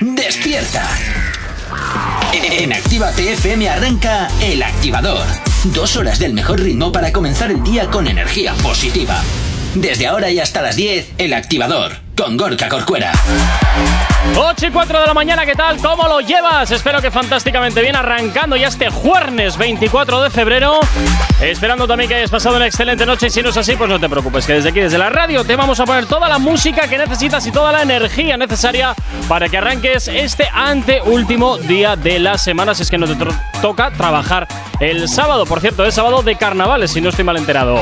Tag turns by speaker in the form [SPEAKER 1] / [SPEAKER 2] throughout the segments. [SPEAKER 1] despierta. En Actívate FM arranca El Activador. Dos horas del mejor ritmo para comenzar el día con energía positiva. Desde ahora y hasta las 10, El Activador, con Gorka Corcuera.
[SPEAKER 2] 8 y 4 de la mañana, ¿qué tal? ¿Cómo lo llevas? Espero que fantásticamente bien, arrancando ya este jueves 24 de febrero. Esperando también que hayas pasado una excelente noche y si no es así, pues no te preocupes, que desde aquí, desde la radio, te vamos a poner toda la música que necesitas y toda la energía necesaria para que arranques este anteúltimo día de la semana, si es que no te toca trabajar el sábado. Por cierto, es sábado de carnavales, si no estoy mal enterado.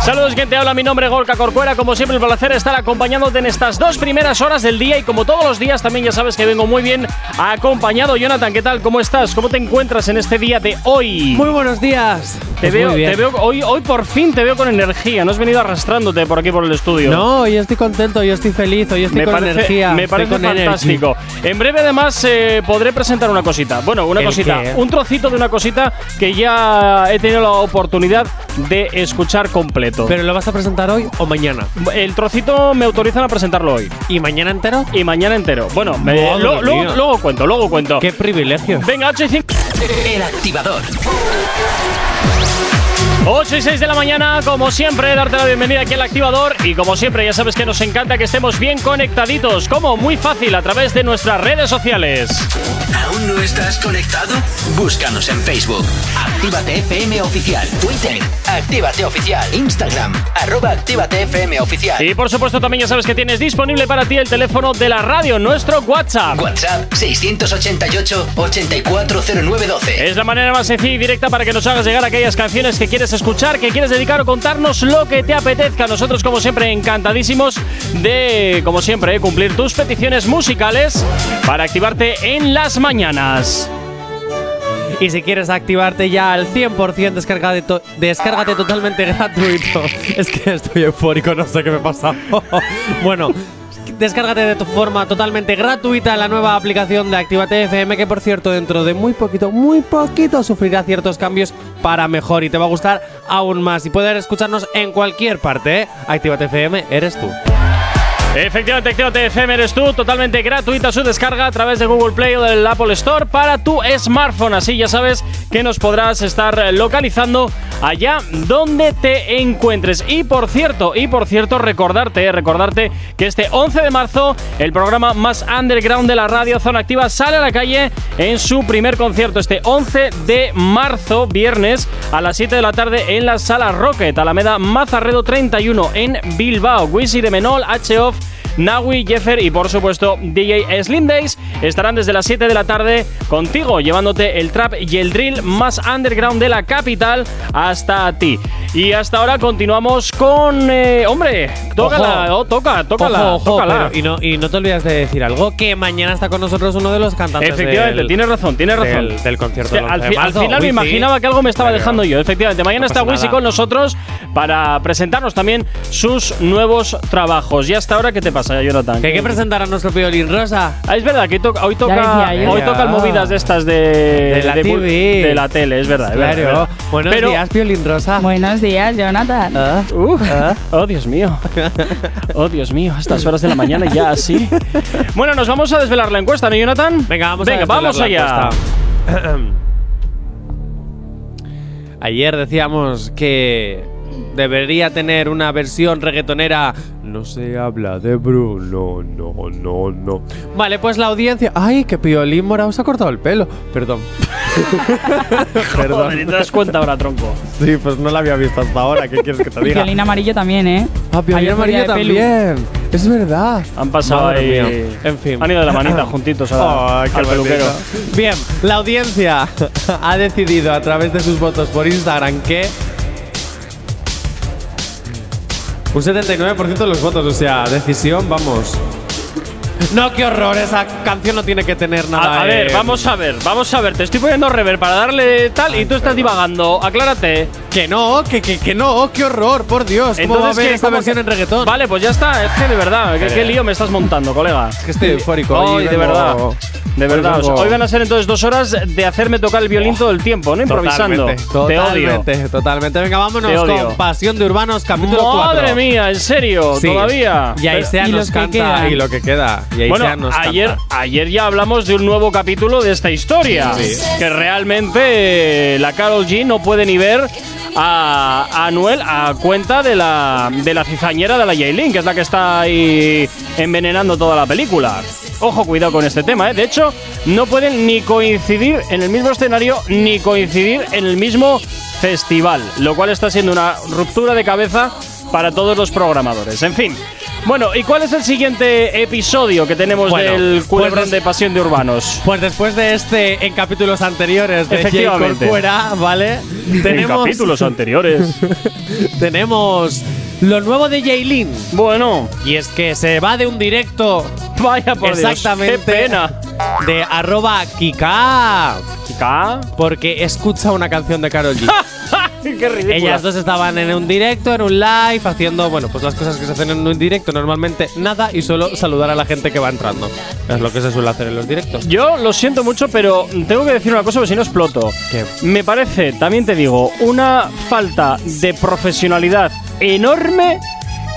[SPEAKER 2] Saludos, gente. Hola, mi nombre es Golka Corcuera. Como siempre, el placer estar acompañándote en estas dos primeras horas del día. Y como todos los días, también ya sabes que vengo muy bien acompañado. Jonathan, ¿qué tal? ¿Cómo estás? ¿Cómo te encuentras en este día de hoy?
[SPEAKER 3] Muy buenos días.
[SPEAKER 2] Te
[SPEAKER 3] Pues
[SPEAKER 2] veo,
[SPEAKER 3] muy bien.
[SPEAKER 2] te veo hoy, hoy por fin te veo con energía. No has venido arrastrándote por aquí por el estudio.
[SPEAKER 3] No, yo estoy contento, yo estoy feliz, hoy estoy
[SPEAKER 2] me
[SPEAKER 3] con
[SPEAKER 2] parece,
[SPEAKER 3] energía.
[SPEAKER 2] me
[SPEAKER 3] estoy
[SPEAKER 2] parece
[SPEAKER 3] con energy.
[SPEAKER 2] fantástico. En breve, además, eh, podré presentar una cosita. Bueno, una
[SPEAKER 3] ¿El
[SPEAKER 2] cosita,
[SPEAKER 3] qué?
[SPEAKER 2] un trocito de una cosita que ya he tenido la oportunidad de escuchar completo.
[SPEAKER 3] Pero lo vas a presentar hoy o mañana.
[SPEAKER 2] el trocito me autorizan a presentarlo hoy.
[SPEAKER 3] ¿Y mañana entero?
[SPEAKER 2] y mañana entero. Bueno, me-
[SPEAKER 3] Madre
[SPEAKER 2] lo- luego,
[SPEAKER 3] mía.
[SPEAKER 2] luego cuento, luego cuento.
[SPEAKER 3] Qué privilegio.
[SPEAKER 2] Venga, 8 y 5.
[SPEAKER 1] El Activador.
[SPEAKER 2] 8 y 6 de la mañana, como siempre, darte la bienvenida aquí al activador. Y como siempre, ya sabes que nos encanta que estemos bien conectaditos. Como muy fácil, a través de nuestras redes sociales.
[SPEAKER 1] ¿Aún no estás conectado? Búscanos en Facebook. Actívate FM Oficial. Twitter. Actívate Oficial. Instagram. Arroba Actívate FM Oficial.
[SPEAKER 2] Y por supuesto, también ya sabes que tienes disponible para ti el teléfono de la radio, nuestro WhatsApp.
[SPEAKER 1] WhatsApp 688 840912.
[SPEAKER 2] Es la manera más sencilla y directa para que nos hagas llegar aquellas canciones que quieres escuchar, que quieres dedicar o contarnos lo que te apetezca. Nosotros, como siempre, encantadísimos de, como siempre, eh, cumplir tus peticiones musicales para activarte en las mañanas.
[SPEAKER 3] Y si quieres activarte ya al 100%, descárgate, to- descárgate totalmente gratuito. Es que estoy eufórico, no sé qué me pasa. bueno. Descárgate de tu forma totalmente gratuita la nueva aplicación de Actívate FM, que por cierto, dentro de muy poquito, muy poquito, sufrirá ciertos cambios para mejor y te va a gustar aún más. Y poder escucharnos en cualquier parte, ¿eh? Actívate FM, eres tú.
[SPEAKER 2] Efectivamente, Actívate FM eres tú, totalmente gratuita su descarga a través de Google Play o del Apple Store para tu smartphone. Así ya sabes que nos podrás estar eh, localizando allá donde te encuentres. Y por cierto, y por cierto, recordarte, eh, recordarte que este 11 de marzo el programa más underground de la radio Zona Activa sale a la calle en su primer concierto este 11 de marzo, viernes, a las 7 de la tarde en la Sala Rocket, Alameda Mazarredo 31 en Bilbao. Wisi de Menol, H-Off, Nawi, Jeffer y por supuesto DJ Slim Days estarán desde las 7 de la tarde contigo, llevándote el trap y el drill más underground de la capital hasta ti. Y hasta ahora continuamos con... eh, hombre, tócala,
[SPEAKER 3] Ojo.
[SPEAKER 2] oh, toca, tócala,
[SPEAKER 3] Ojo, ojo,
[SPEAKER 2] tócala.
[SPEAKER 3] pero- y, no, y no te olvides de decir algo, que mañana está con nosotros uno de los cantantes
[SPEAKER 2] Efectivamente,
[SPEAKER 3] del-
[SPEAKER 2] tienes razón, tienes razón.
[SPEAKER 3] del- del concierto del
[SPEAKER 2] al,
[SPEAKER 3] 11 de
[SPEAKER 2] fi- al
[SPEAKER 3] marzo,
[SPEAKER 2] final me
[SPEAKER 3] Wisi,
[SPEAKER 2] imaginaba que algo me estaba
[SPEAKER 3] pero-
[SPEAKER 2] dejando yo. Efectivamente, mañana
[SPEAKER 3] No
[SPEAKER 2] está
[SPEAKER 3] pasa
[SPEAKER 2] Wisi
[SPEAKER 3] nada.
[SPEAKER 2] con nosotros para presentarnos también sus nuevos trabajos. ¿Y hasta ahora qué te pasa, Jonathan?
[SPEAKER 3] Que hay que presentar a nuestro violín rosa.
[SPEAKER 2] Ah, es verdad que hoy toca, hoy toca,
[SPEAKER 4] decía yo.
[SPEAKER 2] hoy tocan movidas de estas de,
[SPEAKER 3] De la
[SPEAKER 2] bu-
[SPEAKER 3] TV.
[SPEAKER 2] de la tele, es verdad. es verdad, es
[SPEAKER 3] Claro.
[SPEAKER 2] verdad.
[SPEAKER 3] Buenos
[SPEAKER 2] Pero-
[SPEAKER 3] días, violín rosa.
[SPEAKER 4] Buenos días, Jonathan.
[SPEAKER 3] Ah.
[SPEAKER 2] Uh, Oh, Dios mío. Oh, Dios mío. A estas horas de la mañana ya así. Bueno, nos vamos a desvelar la encuesta, ¿no, Jonathan?
[SPEAKER 3] Venga, vamos a
[SPEAKER 2] Venga,
[SPEAKER 3] desvelar
[SPEAKER 2] vamos
[SPEAKER 3] la
[SPEAKER 2] allá.
[SPEAKER 3] encuesta. Ayer decíamos que debería tener una versión reggaetonera. No se habla de Bruno, no, no, no. Vale, pues la audiencia. ¡Ay, que Piolín Morao se ha cortado el pelo! Perdón.
[SPEAKER 2] Joder,
[SPEAKER 3] Perdón.
[SPEAKER 2] te das cuenta ahora, tronco.
[SPEAKER 3] Sí, pues no la había visto hasta ahora. ¿Qué quieres que te diga?
[SPEAKER 4] Violín amarillo también, ¿eh?
[SPEAKER 3] Ah, Piolín
[SPEAKER 4] Ayer fue
[SPEAKER 3] Amarillo
[SPEAKER 4] día de pelu.
[SPEAKER 3] también. Es verdad.
[SPEAKER 2] Han pasado
[SPEAKER 3] Madre
[SPEAKER 2] ahí.
[SPEAKER 3] mía. En fin.
[SPEAKER 2] Han ido de la manita juntitos a la-
[SPEAKER 3] Ay, qué
[SPEAKER 2] al peluquero.
[SPEAKER 3] bonito. Bien, la audiencia ha decidido a través de sus votos por Instagram que. Un 79% de los votos, o sea, decisión, vamos. No, qué horror, esa canción no tiene que tener nada.
[SPEAKER 2] A, a ver,
[SPEAKER 3] eh,
[SPEAKER 2] vamos a ver, vamos a ver. Te estoy poniendo rever para darle tal y tú estás divagando. Aclárate.
[SPEAKER 3] Que no, que, que, que no, qué horror, por Dios. ¿Cómo va a haber
[SPEAKER 2] ¿qué?
[SPEAKER 3] esta
[SPEAKER 2] ¿Cómo
[SPEAKER 3] versión
[SPEAKER 2] que-
[SPEAKER 3] en reggaetón? Eh.
[SPEAKER 2] Vale, pues ya está. Es que de verdad, ¿qué, qué lío me estás montando, colega?
[SPEAKER 3] Es que estoy eufórico.
[SPEAKER 2] Ay,
[SPEAKER 3] hoy
[SPEAKER 2] de
[SPEAKER 3] vengo-
[SPEAKER 2] verdad. De
[SPEAKER 3] hoy
[SPEAKER 2] verdad. o sea,
[SPEAKER 3] vengo-
[SPEAKER 2] hoy van a ser entonces dos horas de hacerme tocar el violín todo el tiempo, no improvisando. Te odio.
[SPEAKER 3] Totalmente, totalmente. Venga, vámonos
[SPEAKER 2] Te odio.
[SPEAKER 3] con Pasión de Urbanos, capítulo 4.
[SPEAKER 2] Madre mía, en serio,
[SPEAKER 3] Sí.
[SPEAKER 2] todavía.
[SPEAKER 3] Y ahí sea
[SPEAKER 4] ¿y lo
[SPEAKER 3] nos
[SPEAKER 4] que
[SPEAKER 3] canta.
[SPEAKER 4] queda?
[SPEAKER 3] Y lo que queda. Y ahí sea
[SPEAKER 2] Bueno,
[SPEAKER 3] nos
[SPEAKER 2] ayer,
[SPEAKER 3] canta.
[SPEAKER 2] ayer ya hablamos de un nuevo capítulo de esta historia. Que realmente eh, la Carol G no puede ni ver a, a Anuel a cuenta de la, de la cizañera de la Yailin, que es la que está ahí envenenando toda la película. Ojo, cuidado con este tema, ¿eh? De hecho, no pueden ni coincidir en el mismo escenario ni coincidir en el mismo festival, lo cual está siendo una ruptura de cabeza para todos los programadores. En fin. Bueno, ¿y cuál es el siguiente episodio que tenemos
[SPEAKER 3] Bueno,
[SPEAKER 2] del
[SPEAKER 3] pues
[SPEAKER 2] culebrón
[SPEAKER 3] des-
[SPEAKER 2] de Pasión de Urbanos?
[SPEAKER 3] Pues después de este, en capítulos anteriores de Jay
[SPEAKER 2] Efectivamente.
[SPEAKER 3] Corcuera, ¿vale? Tenemos,
[SPEAKER 2] anteriores.
[SPEAKER 3] tenemos lo nuevo de Jaylin.
[SPEAKER 2] bueno,
[SPEAKER 3] Y es que se va de un directo
[SPEAKER 2] vaya por Dios,
[SPEAKER 3] exactamente
[SPEAKER 2] qué pena.
[SPEAKER 3] de arroba Kika.
[SPEAKER 2] Chica,
[SPEAKER 3] Porque escucha una canción de Karol G.
[SPEAKER 2] qué ridícula.
[SPEAKER 3] Ellas dos estaban en un directo, en un live, haciendo, bueno, pues las cosas que se hacen en un directo normalmente, nada y solo saludar a la gente que va entrando. Es lo que se suele hacer en los directos.
[SPEAKER 2] Yo lo siento mucho, pero tengo que decir una cosa, porque si no exploto.
[SPEAKER 3] ¿Qué?
[SPEAKER 2] Me parece, también te digo, una falta de profesionalidad enorme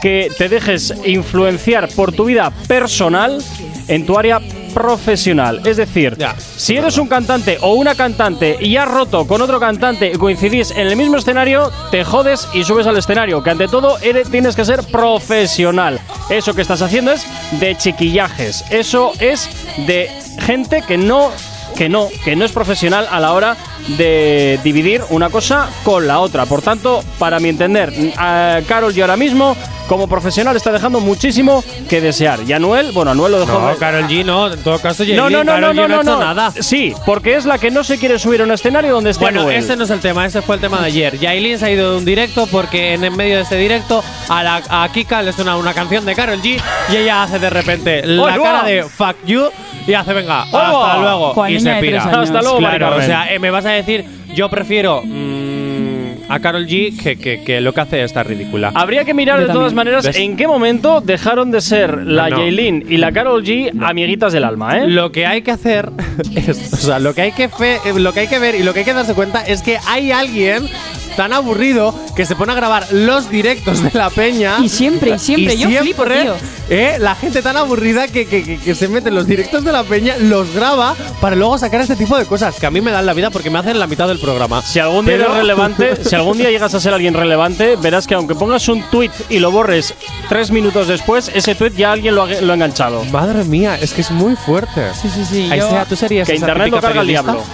[SPEAKER 2] que te dejes influenciar por tu vida personal en tu área profesional. Es decir,
[SPEAKER 3] Ya,
[SPEAKER 2] si eres un cantante o una cantante y has roto con otro cantante y coincidís en el mismo escenario, te jodes y subes al escenario. Que ante todo eres- tienes que ser profesional. Eso que estás haciendo es de chiquillajes. Eso es de gente que no. Que no, que no es profesional a la hora de dividir una cosa con la otra. Por tanto, para mi entender, a Carol y ahora mismo, como profesional, está dejando muchísimo que desear. Y Anuel, bueno, Anuel lo dejó.
[SPEAKER 3] No, Karol G no, en todo caso, Yailin,
[SPEAKER 2] No, no, no, no,
[SPEAKER 3] Karol
[SPEAKER 2] no,
[SPEAKER 3] G
[SPEAKER 2] no,
[SPEAKER 3] ha hecho
[SPEAKER 2] no.
[SPEAKER 3] nada.
[SPEAKER 2] Sí, porque es la que no se quiere subir a un escenario donde esté
[SPEAKER 3] Bueno,
[SPEAKER 2] Anuel.
[SPEAKER 3] ese no es el tema, ese fue el tema de ayer. Yailin se ha ido de un directo porque en el medio de ese directo a, la, a Kika le suena una canción de Karol G y ella hace de repente la
[SPEAKER 2] ¡Ay,
[SPEAKER 3] cara
[SPEAKER 2] guau!
[SPEAKER 3] de fuck you y hace venga,
[SPEAKER 2] ¡Oh!
[SPEAKER 3] hasta luego
[SPEAKER 4] Juan,
[SPEAKER 3] y
[SPEAKER 4] niña
[SPEAKER 3] se
[SPEAKER 4] de
[SPEAKER 3] pira.
[SPEAKER 4] tres años.
[SPEAKER 2] Hasta luego, Mari
[SPEAKER 3] claro, o
[SPEAKER 2] Carmen.
[SPEAKER 3] sea, eh, me vas a decir, yo prefiero mm, a Karol G que, que- que lo que hace está ridícula.
[SPEAKER 2] Habría que mirar
[SPEAKER 4] Yo
[SPEAKER 2] de todas
[SPEAKER 4] también.
[SPEAKER 2] maneras
[SPEAKER 3] ¿Ves?
[SPEAKER 2] en qué momento dejaron de ser la
[SPEAKER 3] no.
[SPEAKER 2] Yailin y la Carol G amiguitas del alma, ¿eh?
[SPEAKER 3] Lo que hay que hacer es, o sea, lo que hay que fe- eh, lo que hay que ver y lo que hay que darse cuenta es que hay alguien tan aburrido que se pone a grabar los directos de la peña.
[SPEAKER 4] Y siempre, y siempre, yo flipo, tío.
[SPEAKER 3] eh, la gente tan aburrida que, que- que- que se mete en los directos de la peña, los graba para luego sacar este tipo de cosas que a mí me dan la vida porque me hacen la mitad del programa.
[SPEAKER 2] Si algún día
[SPEAKER 3] Pero-
[SPEAKER 2] eres relevante, si algún día llegas a ser alguien relevante, verás que aunque pongas un tweet y lo borres tres minutos después, ese tweet ya alguien lo ha, lo ha enganchado.
[SPEAKER 3] Madre mía, es que es muy fuerte.
[SPEAKER 4] Sí, sí, sí.
[SPEAKER 3] Ahí
[SPEAKER 4] Yo,
[SPEAKER 3] sea, tú serías
[SPEAKER 2] Que
[SPEAKER 3] esa
[SPEAKER 2] internet lo
[SPEAKER 3] típica
[SPEAKER 2] carga el
[SPEAKER 3] periodista?
[SPEAKER 2] diablo.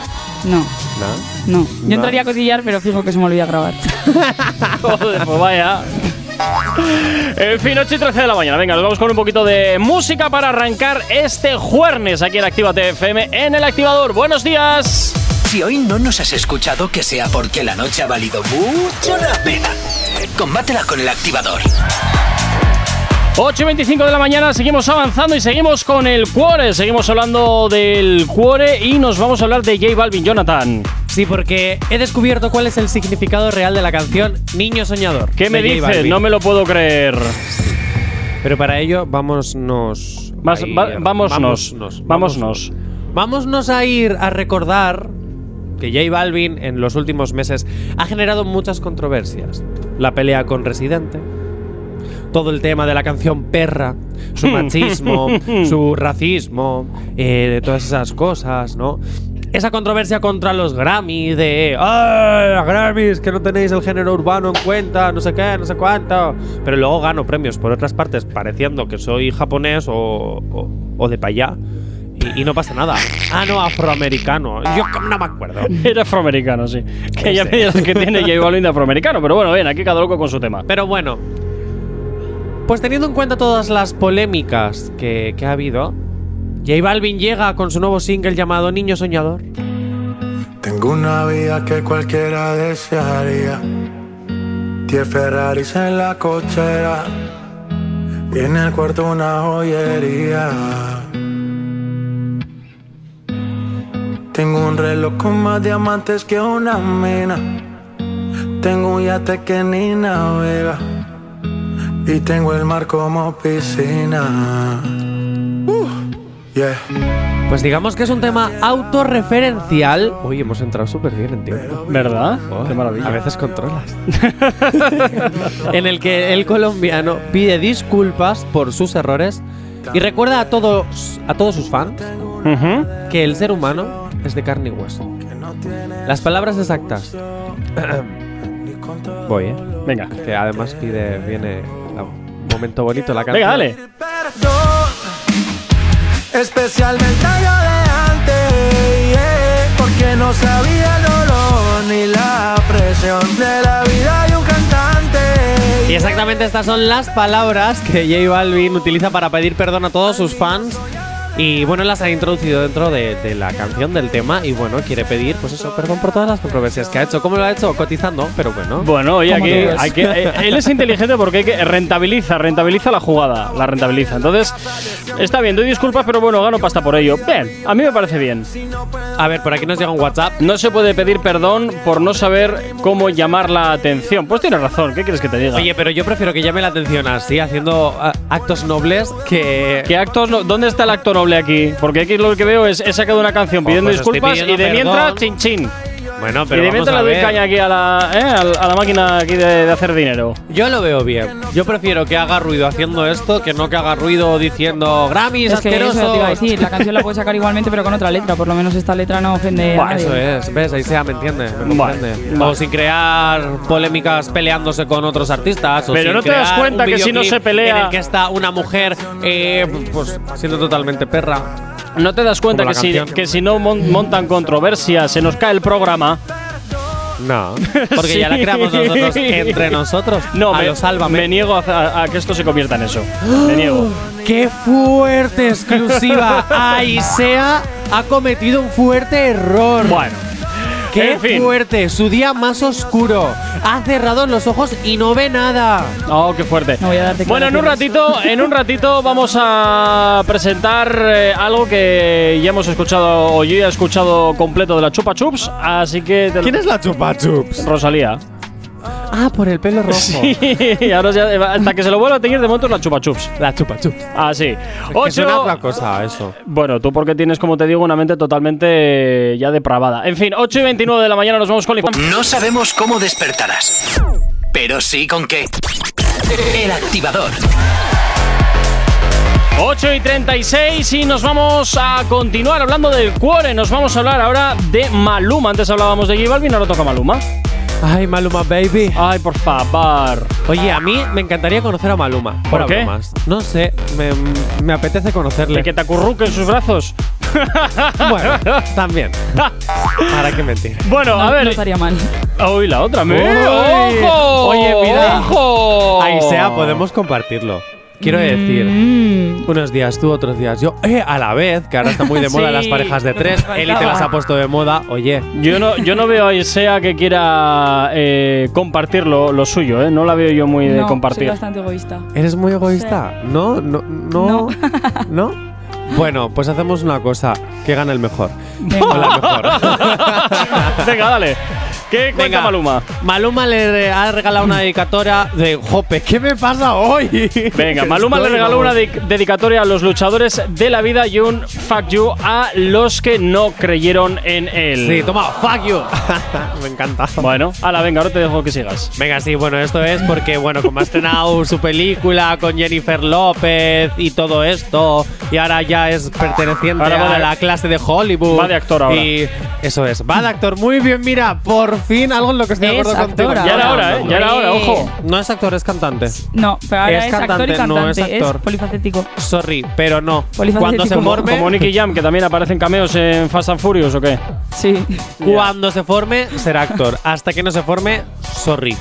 [SPEAKER 4] no,
[SPEAKER 3] No.
[SPEAKER 4] no.
[SPEAKER 3] No.
[SPEAKER 4] Yo entraría a cotillar, pero fijo que se me olvida grabar.
[SPEAKER 2] Joder, pues vaya. En fin, 8 y 13 de la mañana. Venga, nos vamos con un poquito de música para arrancar este jueves aquí en Activa FM en el activador. Buenos días.
[SPEAKER 1] Si hoy no nos has escuchado, que sea porque la noche ha valido mucho la pena. Combátela con el activador.
[SPEAKER 2] 8 y 25 de la mañana, seguimos avanzando y seguimos con el cuore. Seguimos hablando del cuore y nos vamos a hablar de J Balvin Jonathan.
[SPEAKER 3] Sí, porque he descubierto cuál es el significado real de la canción Niño Soñador.
[SPEAKER 2] ¿Qué me dices? No me lo puedo creer.
[SPEAKER 3] Pero para ello, vámonos.
[SPEAKER 2] Vas-
[SPEAKER 3] ahí,
[SPEAKER 2] va-
[SPEAKER 3] eh,
[SPEAKER 2] vámonos, vámonos.
[SPEAKER 3] Vámonos a ir a recordar que J Balvin en los últimos meses ha generado muchas controversias. La pelea con Residente, todo el tema de la canción perra, su machismo, su racismo, eh, todas esas cosas, ¿no? Esa controversia contra los Grammy de ¡Ah, Grammys! Que no tenéis el género urbano en cuenta, no sé qué, no sé cuánto. Pero luego gano premios por otras partes, pareciendo que soy japonés o, o- o de para allá. Y, y no pasa nada. Ah, no, afroamericano. Yo no me acuerdo.
[SPEAKER 2] Era afroamericano, sí. Que ya me dirás que tiene J Balvin de afroamericano, pero bueno, bien, aquí cada loco con su tema.
[SPEAKER 3] Pero bueno, pues teniendo en cuenta todas las polémicas que, que ha habido, J Balvin llega con su nuevo single llamado Niño Soñador.
[SPEAKER 5] Tengo una vida que cualquiera desearía. Diez Ferraris en la cochera. Y en el cuarto una joyería. Tengo un reloj con más diamantes que una mina. Tengo un yate que ni navega y tengo el mar como piscina. Uh, yeah.
[SPEAKER 3] Pues digamos que es un tema autorreferencial. Oye, hemos entrado súper bien en tiempo.
[SPEAKER 2] ¿Verdad? Qué
[SPEAKER 3] A
[SPEAKER 2] maravilla.
[SPEAKER 3] veces controlas. en el que el colombiano pide disculpas por sus errores y recuerda a todos, a todos sus fans
[SPEAKER 2] Ujú.
[SPEAKER 3] que el ser humano es de carne y hueso. Las palabras exactas. Voy, eh.
[SPEAKER 2] Venga.
[SPEAKER 3] Que además pide, viene la- momento bonito la canción.
[SPEAKER 2] Venga, dale.
[SPEAKER 5] Perdón, especialmente yo de antes, yeah, porque no sabía el dolor ni la presión de la vida de un cantante.
[SPEAKER 3] Y exactamente estas son las palabras que J Balvin utiliza para pedir perdón a todos sus fans. Y bueno, las ha introducido dentro de, de la canción, del tema. Y bueno, quiere pedir, pues eso, perdón por todas las controversias que ha hecho. ¿Cómo lo ha hecho? Cotizando, pero bueno.
[SPEAKER 2] Bueno, oye,
[SPEAKER 4] ¿Cómo
[SPEAKER 2] aquí,
[SPEAKER 4] lo ves?
[SPEAKER 2] aquí- eh, él es inteligente porque hay que- rentabiliza, rentabiliza la jugada, la rentabiliza. Entonces, está bien, doy disculpas, pero bueno, gano pasta por ello. Bien, a mí me parece bien.
[SPEAKER 3] A ver, por aquí nos llega un WhatsApp.
[SPEAKER 2] No se puede pedir perdón por no saber cómo llamar la atención. Pues tienes razón, ¿qué quieres que te diga?
[SPEAKER 3] Oye, pero yo prefiero que llame la atención así, haciendo ah, actos nobles, que.
[SPEAKER 2] ¿Qué actos no- ¿Dónde está el acto noble aquí? Porque aquí lo que veo es he sacado una canción
[SPEAKER 3] Oh,
[SPEAKER 2] pidiendo
[SPEAKER 3] pues estoy
[SPEAKER 2] disculpas
[SPEAKER 3] pidiendo
[SPEAKER 2] y de mientras,
[SPEAKER 3] perdón.
[SPEAKER 2] chin chin.
[SPEAKER 3] Bueno,
[SPEAKER 2] y
[SPEAKER 3] pero.
[SPEAKER 2] de
[SPEAKER 3] Vamos
[SPEAKER 2] mientras
[SPEAKER 3] a
[SPEAKER 2] le doy
[SPEAKER 3] ver.
[SPEAKER 2] caña aquí a la, eh, a la máquina aquí de, de hacer dinero.
[SPEAKER 3] Yo lo veo bien. Yo prefiero que haga ruido haciendo esto que no que haga ruido diciendo Grammys
[SPEAKER 4] Es que eso
[SPEAKER 3] asquerosos".
[SPEAKER 4] te iba a decir, la canción la puedes sacar igualmente, pero con otra letra. Por lo menos esta letra no ofende a
[SPEAKER 3] Buah,
[SPEAKER 4] nadie.
[SPEAKER 3] eso es, ves, ahí sea, me entiende, me
[SPEAKER 2] Vale,
[SPEAKER 3] comprende.
[SPEAKER 2] vale.
[SPEAKER 3] O sin crear polémicas peleándose con otros artistas. o
[SPEAKER 2] Pero
[SPEAKER 3] sin
[SPEAKER 2] no te das
[SPEAKER 3] crear
[SPEAKER 2] cuenta
[SPEAKER 3] un
[SPEAKER 2] que si no se
[SPEAKER 3] videoclip
[SPEAKER 2] pelea-
[SPEAKER 3] En el que está una mujer, eh, pues siendo totalmente perra.
[SPEAKER 2] No te das cuenta
[SPEAKER 3] Como
[SPEAKER 2] que
[SPEAKER 3] la
[SPEAKER 2] si,
[SPEAKER 3] canción.
[SPEAKER 2] que si no mon- montan controversia, se nos cae el programa.
[SPEAKER 3] No. Porque ya la
[SPEAKER 2] Sí.
[SPEAKER 3] creamos nosotros entre nosotros.
[SPEAKER 2] No,
[SPEAKER 3] a
[SPEAKER 2] me,
[SPEAKER 3] lo sálvame.
[SPEAKER 2] me niego a, a- a que esto se convierta en eso. Me niego.
[SPEAKER 3] ¡Qué fuerte exclusiva! Aisea ha cometido un fuerte error.
[SPEAKER 2] Bueno,
[SPEAKER 3] ¡Qué
[SPEAKER 2] en fin.
[SPEAKER 3] fuerte! Su día más oscuro. Ha cerrado los ojos y no ve nada.
[SPEAKER 2] oh, qué fuerte.
[SPEAKER 4] No voy a darte
[SPEAKER 2] bueno, en un
[SPEAKER 4] declaraciones.
[SPEAKER 2] ratito, en un ratito vamos a presentar eh, algo que ya hemos escuchado o yo ya he escuchado completo de la Chupa Chups, así que te lo-
[SPEAKER 3] es la Chupa Chups?
[SPEAKER 2] Rosalía.
[SPEAKER 3] Ah, por el pelo rojo.
[SPEAKER 2] y ahora ya, eh, hasta que se lo vuelva a tener de momento es la Chupa Chups.
[SPEAKER 3] La Chupa Chups.
[SPEAKER 2] Así.
[SPEAKER 3] Que suena
[SPEAKER 2] Ocho-
[SPEAKER 3] otra cosa eso.
[SPEAKER 2] Bueno, tú porque tienes, como te digo, una mente totalmente eh, ya depravada. En fin, 8 y 29 de la mañana nos vamos con la inf-
[SPEAKER 1] No sabemos cómo despertarás, pero sí con qué. El activador.
[SPEAKER 2] 8 y 36 y nos vamos a continuar hablando del cuore. Nos vamos a hablar ahora de Maluma. Antes hablábamos de J Balvin, ahora toca Maluma.
[SPEAKER 3] Ay, Maluma Baby.
[SPEAKER 2] Ay, por favor.
[SPEAKER 3] Oye, a mí me encantaría conocer a Maluma.
[SPEAKER 2] ¿Por
[SPEAKER 3] Fuera
[SPEAKER 2] qué?
[SPEAKER 3] bromas. No sé, me, me apetece conocerle.
[SPEAKER 2] De que te acurruque en sus brazos.
[SPEAKER 3] bueno, también. ¿Para qué mentir?
[SPEAKER 2] Bueno,
[SPEAKER 4] No,
[SPEAKER 2] a
[SPEAKER 4] no
[SPEAKER 2] ver.
[SPEAKER 4] estaría mal.
[SPEAKER 2] Uy, la otra. mira,
[SPEAKER 3] Uy.
[SPEAKER 2] ¡Ojo!
[SPEAKER 3] Oye, mira.
[SPEAKER 2] ¡Ojo!
[SPEAKER 3] Ahí sea, podemos compartirlo. Quiero decir,
[SPEAKER 4] Mm.
[SPEAKER 3] unos días tú, otros días yo. Eh, a la vez, que ahora está muy de moda
[SPEAKER 4] Sí,
[SPEAKER 3] las parejas de
[SPEAKER 4] lo que
[SPEAKER 3] tres.
[SPEAKER 4] me
[SPEAKER 3] Él te
[SPEAKER 4] faltaba.
[SPEAKER 3] las ha puesto de moda. Oye,
[SPEAKER 2] Yo no, yo no veo a Isea que quiera eh, compartir lo, lo suyo, ¿eh? No la veo yo muy de
[SPEAKER 4] No, soy
[SPEAKER 2] compartir.
[SPEAKER 4] bastante egoísta.
[SPEAKER 3] ¿Eres muy egoísta? No, no, no. No. Bueno, pues hacemos una cosa. Que gana el mejor.
[SPEAKER 4] Venga.
[SPEAKER 3] O la mejor.
[SPEAKER 2] Venga, dale. ¿Qué cuenta
[SPEAKER 3] Venga,
[SPEAKER 2] Maluma?
[SPEAKER 3] Maluma le eh, ha regalado una dedicatoria de Jope. ¿Qué me pasa hoy?
[SPEAKER 2] Venga, Maluma le
[SPEAKER 3] Estoy,
[SPEAKER 2] regaló
[SPEAKER 3] vamos.
[SPEAKER 2] una dedic- dedicatoria a los luchadores de la vida y un fuck you a los que no creyeron en él.
[SPEAKER 3] Sí, toma, fuck you. me encanta.
[SPEAKER 2] Bueno, la venga, ahora te dejo que sigas.
[SPEAKER 3] Venga, sí, bueno, esto es porque, bueno, como ha estrenado su película con Jennifer López y todo esto, y ahora ya es perteneciente
[SPEAKER 2] Ahora va
[SPEAKER 3] a
[SPEAKER 2] de-
[SPEAKER 3] la clase de Hollywood.
[SPEAKER 2] va de actor ahora.
[SPEAKER 3] Y eso es, va de actor. Muy bien, mira, por fin algo en lo que estoy de
[SPEAKER 4] Es
[SPEAKER 3] acuerdo contigo.
[SPEAKER 4] actora.
[SPEAKER 2] Ya era hora, ¿eh? Ya era hora, ojo.
[SPEAKER 3] No es actor, es cantante.
[SPEAKER 4] No, pero ahora
[SPEAKER 3] Es
[SPEAKER 4] es, actor y
[SPEAKER 3] cantante, no es
[SPEAKER 4] cantante. es,
[SPEAKER 3] actor.
[SPEAKER 4] polifacético.
[SPEAKER 3] Sorry, pero no.
[SPEAKER 4] Polifacético.
[SPEAKER 3] Cuando se
[SPEAKER 4] Como-
[SPEAKER 3] forme.
[SPEAKER 2] Como Nicky Jam, que también aparecen cameos en Fast and Furious, ¿o qué?
[SPEAKER 4] Sí.
[SPEAKER 3] Cuando se forme, será actor. Hasta que no se forme, sorry.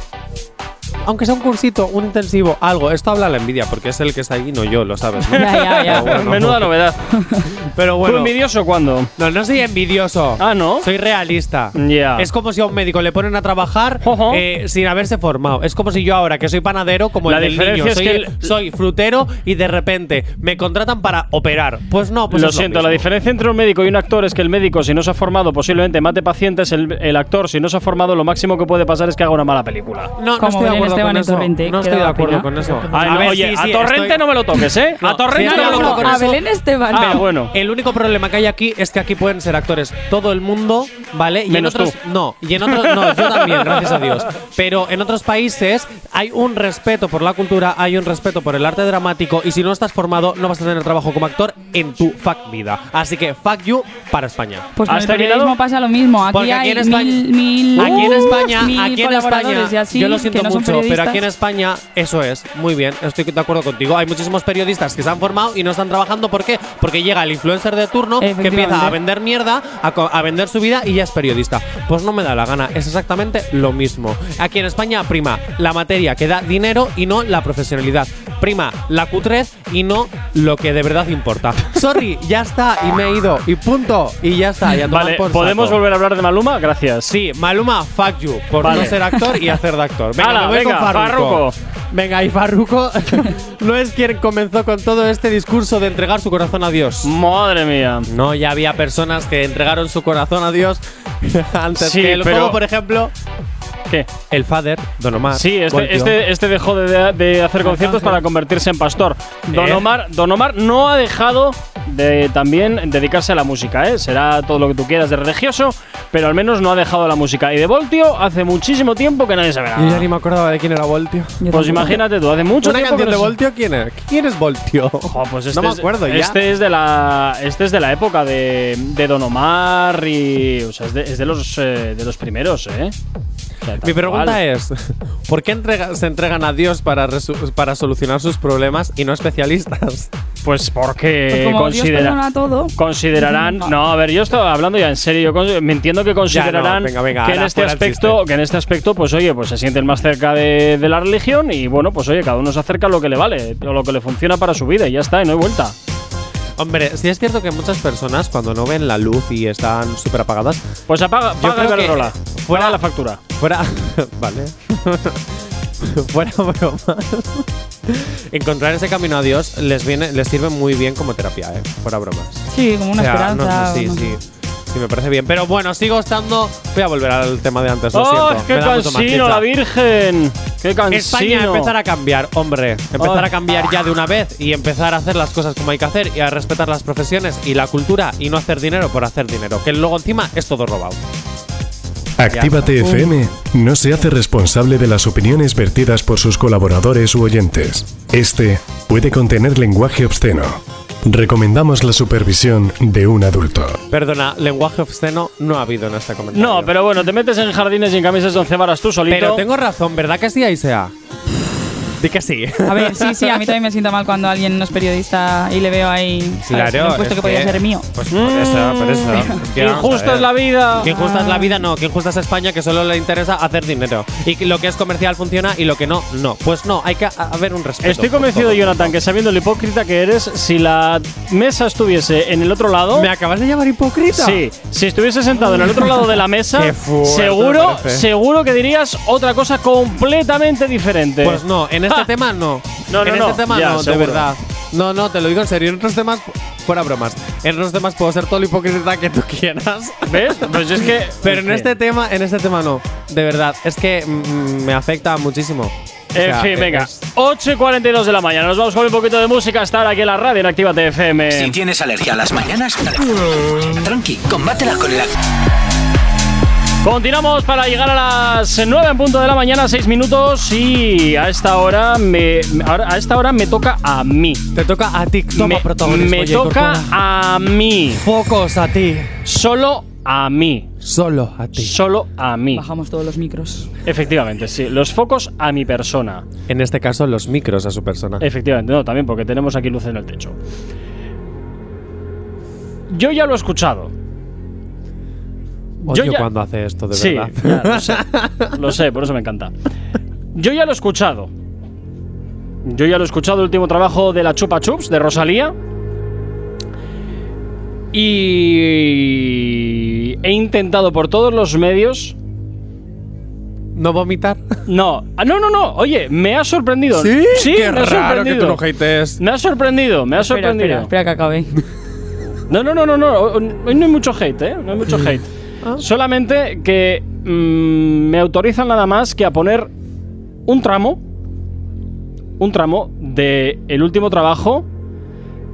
[SPEAKER 3] aunque sea un cursito, un intensivo, algo. Esto habla la envidia, porque es el que está allí, no yo, lo sabes. ¿no?
[SPEAKER 4] Ya, ya, ya.
[SPEAKER 3] Pero bueno.
[SPEAKER 2] Menuda novedad.
[SPEAKER 3] Pero
[SPEAKER 2] ¿Tú
[SPEAKER 3] bueno.
[SPEAKER 2] envidioso cuándo?
[SPEAKER 3] No, no soy envidioso.
[SPEAKER 2] Ah, ¿no?
[SPEAKER 3] Soy realista.
[SPEAKER 2] Ya.
[SPEAKER 3] Es como si a un médico le ponen a trabajar
[SPEAKER 2] Ojo.
[SPEAKER 3] eh, sin haberse formado. Es como si yo ahora, que soy panadero, como
[SPEAKER 2] La
[SPEAKER 3] el del
[SPEAKER 2] diferencia
[SPEAKER 3] niño,
[SPEAKER 2] es
[SPEAKER 3] soy,
[SPEAKER 2] que el-
[SPEAKER 3] soy frutero y de repente me contratan para operar. Pues no, pues
[SPEAKER 2] lo
[SPEAKER 3] es
[SPEAKER 2] siento, la
[SPEAKER 3] mismo.
[SPEAKER 2] diferencia entre un médico y un actor es que el médico, si no se ha formado, posiblemente mate pacientes. El, el actor, si no se ha formado, lo máximo que puede pasar es que haga una mala película.
[SPEAKER 3] No, no
[SPEAKER 4] Como
[SPEAKER 3] estoy de
[SPEAKER 4] Belén
[SPEAKER 3] acuerdo
[SPEAKER 4] Esteban
[SPEAKER 3] con
[SPEAKER 4] en
[SPEAKER 3] eso. no
[SPEAKER 4] Torrente, que
[SPEAKER 3] estoy de
[SPEAKER 4] daba
[SPEAKER 3] acuerdo
[SPEAKER 4] pena.
[SPEAKER 3] con eso.
[SPEAKER 2] Ay, no, oye,
[SPEAKER 3] sí,
[SPEAKER 2] a
[SPEAKER 3] sí,
[SPEAKER 2] Torrente
[SPEAKER 3] estoy-
[SPEAKER 2] no me lo toques, ¿eh?
[SPEAKER 3] No,
[SPEAKER 2] a Torrente
[SPEAKER 3] sí,
[SPEAKER 2] no me
[SPEAKER 3] estoy de
[SPEAKER 2] lo
[SPEAKER 3] acuerdo con
[SPEAKER 2] toques.
[SPEAKER 4] a
[SPEAKER 3] eso.
[SPEAKER 4] Belén Esteban.
[SPEAKER 2] Ah,
[SPEAKER 3] Pero
[SPEAKER 2] bueno.
[SPEAKER 3] El único problema que hay aquí es que aquí pueden ser actores todo el mundo, ¿vale? Y
[SPEAKER 2] Menos
[SPEAKER 3] en otros,
[SPEAKER 2] tú.
[SPEAKER 3] No, y en otros, no, yo también, gracias a Dios. Pero en otros países hay un respeto por la cultura, hay un respeto por el arte dramático y si no estás formado no vas a tener trabajo como actor en tu fuck vida. Así que fuck you para España.
[SPEAKER 4] Pues con
[SPEAKER 2] ¿Has
[SPEAKER 4] el
[SPEAKER 2] terminado?
[SPEAKER 4] periodismo pasa lo mismo. Aquí
[SPEAKER 3] Porque aquí
[SPEAKER 4] hay
[SPEAKER 3] en España,
[SPEAKER 4] mil, mil, uh,
[SPEAKER 3] aquí en España,
[SPEAKER 4] mil
[SPEAKER 3] aquí en España,
[SPEAKER 4] colaboradores y así,
[SPEAKER 3] yo lo
[SPEAKER 4] que
[SPEAKER 3] siento
[SPEAKER 4] no son
[SPEAKER 3] mucho, pero aquí en
[SPEAKER 4] periodistas.
[SPEAKER 3] España eso es, muy bien, estoy de acuerdo contigo. Hay muchísimos periodistas que se han formado y no están trabajando, ¿por qué? Porque llega el influencer de turno que
[SPEAKER 4] Efectivamente.
[SPEAKER 3] empieza a vender mierda, a, co- a vender su vida y ya es periodista. Pues no me da la gana, es exactamente lo mismo. Aquí en España prima la materia que da dinero y no la profesionalidad. Prima la cutrez y no lo que de verdad importa. Sorry, ya está, y me he ido, y punto, y ya está. y a tomar
[SPEAKER 2] Vale,
[SPEAKER 3] por
[SPEAKER 2] ¿podemos
[SPEAKER 3] saco.
[SPEAKER 2] volver a hablar de Maluma? Gracias.
[SPEAKER 3] Sí, Maluma, fuck you, por
[SPEAKER 2] Vale.
[SPEAKER 3] no ser actor y hacer de actor. Venga,
[SPEAKER 2] Hala,
[SPEAKER 3] me voy
[SPEAKER 2] venga,
[SPEAKER 3] con
[SPEAKER 2] Farruko.
[SPEAKER 3] Farruko. Venga, y Farruko no es quien comenzó con todo este discurso de entregar su corazón a Dios.
[SPEAKER 2] Madre mía.
[SPEAKER 3] No, ya había personas que entregaron su corazón a Dios antes
[SPEAKER 2] Sí,
[SPEAKER 3] que él.
[SPEAKER 2] pero-
[SPEAKER 3] Como, por ejemplo,
[SPEAKER 2] ¿Qué?
[SPEAKER 3] el Father, Don Omar.
[SPEAKER 2] Sí, este,
[SPEAKER 3] Voltio.
[SPEAKER 2] este, este dejó de, de hacer conciertos
[SPEAKER 3] Entonces-
[SPEAKER 2] para convertirse en pastor. Don
[SPEAKER 3] Eh.
[SPEAKER 2] Omar, Don Omar no ha dejado de también dedicarse a la música, ¿eh? Será todo lo que tú quieras de religioso, pero al menos no ha dejado la música. Y de Voltio hace muchísimo tiempo que nadie sabe
[SPEAKER 3] Yo ya
[SPEAKER 2] nada.
[SPEAKER 3] ni me acordaba de quién era Voltio.
[SPEAKER 2] Pues
[SPEAKER 4] Yo tampoco.
[SPEAKER 2] imagínate tú, hace mucho
[SPEAKER 3] ¿Una
[SPEAKER 2] tiempo que
[SPEAKER 3] canción de
[SPEAKER 2] no se-
[SPEAKER 3] Voltio quién es? ¿Quién es Voltio?
[SPEAKER 2] Jo, pues este
[SPEAKER 3] no me
[SPEAKER 2] es-
[SPEAKER 3] acuerdo ya.
[SPEAKER 2] Este es de la, este es de la época de, de Don Omar y. O sea, es de, es de los, eh, de los primeros, ¿eh? O sea, tal
[SPEAKER 3] Mi pregunta
[SPEAKER 2] cual.
[SPEAKER 3] es, ¿por qué entrega- se entregan a Dios para, resu- para solucionar sus problemas y no especialistas?
[SPEAKER 2] Pues
[SPEAKER 4] Pues
[SPEAKER 3] eh,
[SPEAKER 2] porque
[SPEAKER 4] como Dios
[SPEAKER 2] considera.
[SPEAKER 4] perdona todo.
[SPEAKER 2] considerarán
[SPEAKER 4] No.
[SPEAKER 2] no a ver yo estaba hablando ya en serio yo con- me entiendo que considerarán
[SPEAKER 3] Ah. no, venga, venga,
[SPEAKER 2] que en
[SPEAKER 3] ahora,
[SPEAKER 2] este
[SPEAKER 3] fuera el
[SPEAKER 2] aspecto
[SPEAKER 3] chiste.
[SPEAKER 2] que en este aspecto pues oye pues se sienten más cerca de, de la religión y bueno pues oye cada uno se acerca a lo que le vale o lo que le funciona para su vida y ya está y no hay vuelta
[SPEAKER 3] Hombre, sí es cierto que muchas personas cuando no ven la luz y están súper apagadas,
[SPEAKER 2] pues apaga
[SPEAKER 3] Yo
[SPEAKER 2] apaga
[SPEAKER 3] creo que
[SPEAKER 2] Iberdrola
[SPEAKER 3] fuera-
[SPEAKER 2] fuera la factura
[SPEAKER 3] fuera... vale. fuera broma. Encontrar ese camino a Dios les, viene, les sirve muy bien como terapia, ¿eh? Fuera bromas.
[SPEAKER 4] Sí, como una
[SPEAKER 3] O sea,
[SPEAKER 4] esperanza.
[SPEAKER 3] no sé, sí,
[SPEAKER 4] no sé.
[SPEAKER 3] sí. Sí, me parece bien. Pero bueno, sigo estando... Voy a volver al tema de antes, lo
[SPEAKER 2] ¡Oh,
[SPEAKER 3] siento.
[SPEAKER 2] qué
[SPEAKER 3] Me da mucho más
[SPEAKER 2] cansino,
[SPEAKER 3] chicha.
[SPEAKER 2] la Virgen! ¡Qué cansino!
[SPEAKER 3] España empezar a cambiar, hombre. Empezar
[SPEAKER 2] Ay.
[SPEAKER 3] a cambiar ya de una vez y empezar a hacer las cosas como hay que hacer y a respetar las profesiones y la cultura y no hacer dinero por hacer dinero. Que luego encima es todo robado.
[SPEAKER 6] Actívate FM no se hace responsable de las opiniones vertidas por sus colaboradores u oyentes. Este puede contener lenguaje obsceno. Recomendamos la supervisión de un adulto.
[SPEAKER 3] Perdona, lenguaje obsceno no ha habido en este comentario.
[SPEAKER 2] No, pero bueno, te metes en jardines y en camisas de once varas tú solito.
[SPEAKER 3] Pero tengo razón, ¿verdad que sí, Aisea? Di que sí.
[SPEAKER 4] A ver, sí, sí, a mí también me siento mal cuando alguien no es periodista y le veo ahí. ¿sabes?
[SPEAKER 3] Claro,
[SPEAKER 4] Un puesto
[SPEAKER 3] es
[SPEAKER 4] que podía
[SPEAKER 3] que-
[SPEAKER 4] ser mío.
[SPEAKER 3] Pues por eso, por eso. Es que vamos a
[SPEAKER 2] Injusta
[SPEAKER 3] ver.
[SPEAKER 2] es la vida.
[SPEAKER 3] Que injusta es la vida, no. Que injusta es España, que solo le interesa hacer dinero. Y que lo que es comercial funciona y lo que no, no. Pues no, hay que a- haber un respeto.
[SPEAKER 2] Estoy
[SPEAKER 3] por
[SPEAKER 2] convencido,
[SPEAKER 3] todo.
[SPEAKER 2] Jonathan, que sabiendo lo hipócrita que eres, si la mesa estuviese en el otro lado.
[SPEAKER 3] ¿Me acabas de llamar hipócrita?
[SPEAKER 2] Sí, si estuviese sentado en el otro lado de la mesa,
[SPEAKER 3] Qué fuerte me
[SPEAKER 2] seguro,
[SPEAKER 3] parece.
[SPEAKER 2] seguro que dirías otra cosa completamente diferente.
[SPEAKER 3] Pues no, en este tema no.
[SPEAKER 2] Ah. No, no,
[SPEAKER 3] en
[SPEAKER 2] no,
[SPEAKER 3] este tema
[SPEAKER 2] ya,
[SPEAKER 3] no,
[SPEAKER 2] seguro.
[SPEAKER 3] de verdad. No, no, te lo digo en serio. En otros temas, fuera bromas. En otros temas puedo ser todo lo hipócrita que tú quieras.
[SPEAKER 2] ¿Ves? Pues es que.
[SPEAKER 3] Pero en
[SPEAKER 2] fin.
[SPEAKER 3] este tema, en este tema no. De verdad, es que mm, me afecta muchísimo. O
[SPEAKER 2] En
[SPEAKER 3] sea, e- eh,
[SPEAKER 2] fin,
[SPEAKER 3] es-
[SPEAKER 2] venga. 8 y 42 de la mañana. Nos vamos con un poquito de música hasta ahora aquí en la radio en Actívate FM.
[SPEAKER 1] Si tienes alergia a las mañanas, dale. tranqui, combátela con el ac-
[SPEAKER 2] Continuamos para llegar a las 9 en punto de la mañana, 6 minutos. Y a esta hora me. ahora- A esta hora me toca a mí.
[SPEAKER 3] Te toca a ti. Toma
[SPEAKER 2] me
[SPEAKER 3] protagonismo,
[SPEAKER 2] me
[SPEAKER 3] J.
[SPEAKER 2] toca
[SPEAKER 3] Corcuera.
[SPEAKER 2] a mí.
[SPEAKER 3] Focos a ti.
[SPEAKER 2] Solo a mí.
[SPEAKER 3] Solo a ti.
[SPEAKER 2] Solo a mí.
[SPEAKER 4] Bajamos todos los micros.
[SPEAKER 2] Efectivamente, sí. Los focos a mi persona.
[SPEAKER 3] En este caso, los micros a su persona.
[SPEAKER 2] Eh, Efectivamente, no, también porque tenemos aquí luz en el techo. Yo ya lo he escuchado.
[SPEAKER 3] Odio
[SPEAKER 2] ya-
[SPEAKER 3] cuando hace esto, de
[SPEAKER 2] sí,
[SPEAKER 3] verdad.
[SPEAKER 2] ya, lo sé. Lo sé, por eso me encanta. Yo ya lo he escuchado. Yo ya lo he escuchado, el último trabajo de la Chupa Chups, de Rosalía. Y he intentado por todos los medios.
[SPEAKER 3] No vomitar.
[SPEAKER 2] No, Ah, no, no, no. Oye, me ha sorprendido. sí,
[SPEAKER 7] Qué
[SPEAKER 2] me
[SPEAKER 7] raro
[SPEAKER 2] ha
[SPEAKER 7] que tú
[SPEAKER 2] sorprendido.
[SPEAKER 7] no hates.
[SPEAKER 2] me ha sorprendido, me ha
[SPEAKER 4] Espera,
[SPEAKER 2] sorprendido.
[SPEAKER 4] espera, espera que acabe.
[SPEAKER 2] No, no, no, no, no. Hoy no hay mucho hate, ¿eh? No hay mucho hate. Solamente que mm, me autorizan nada más que a poner un tramo, un tramo de el último trabajo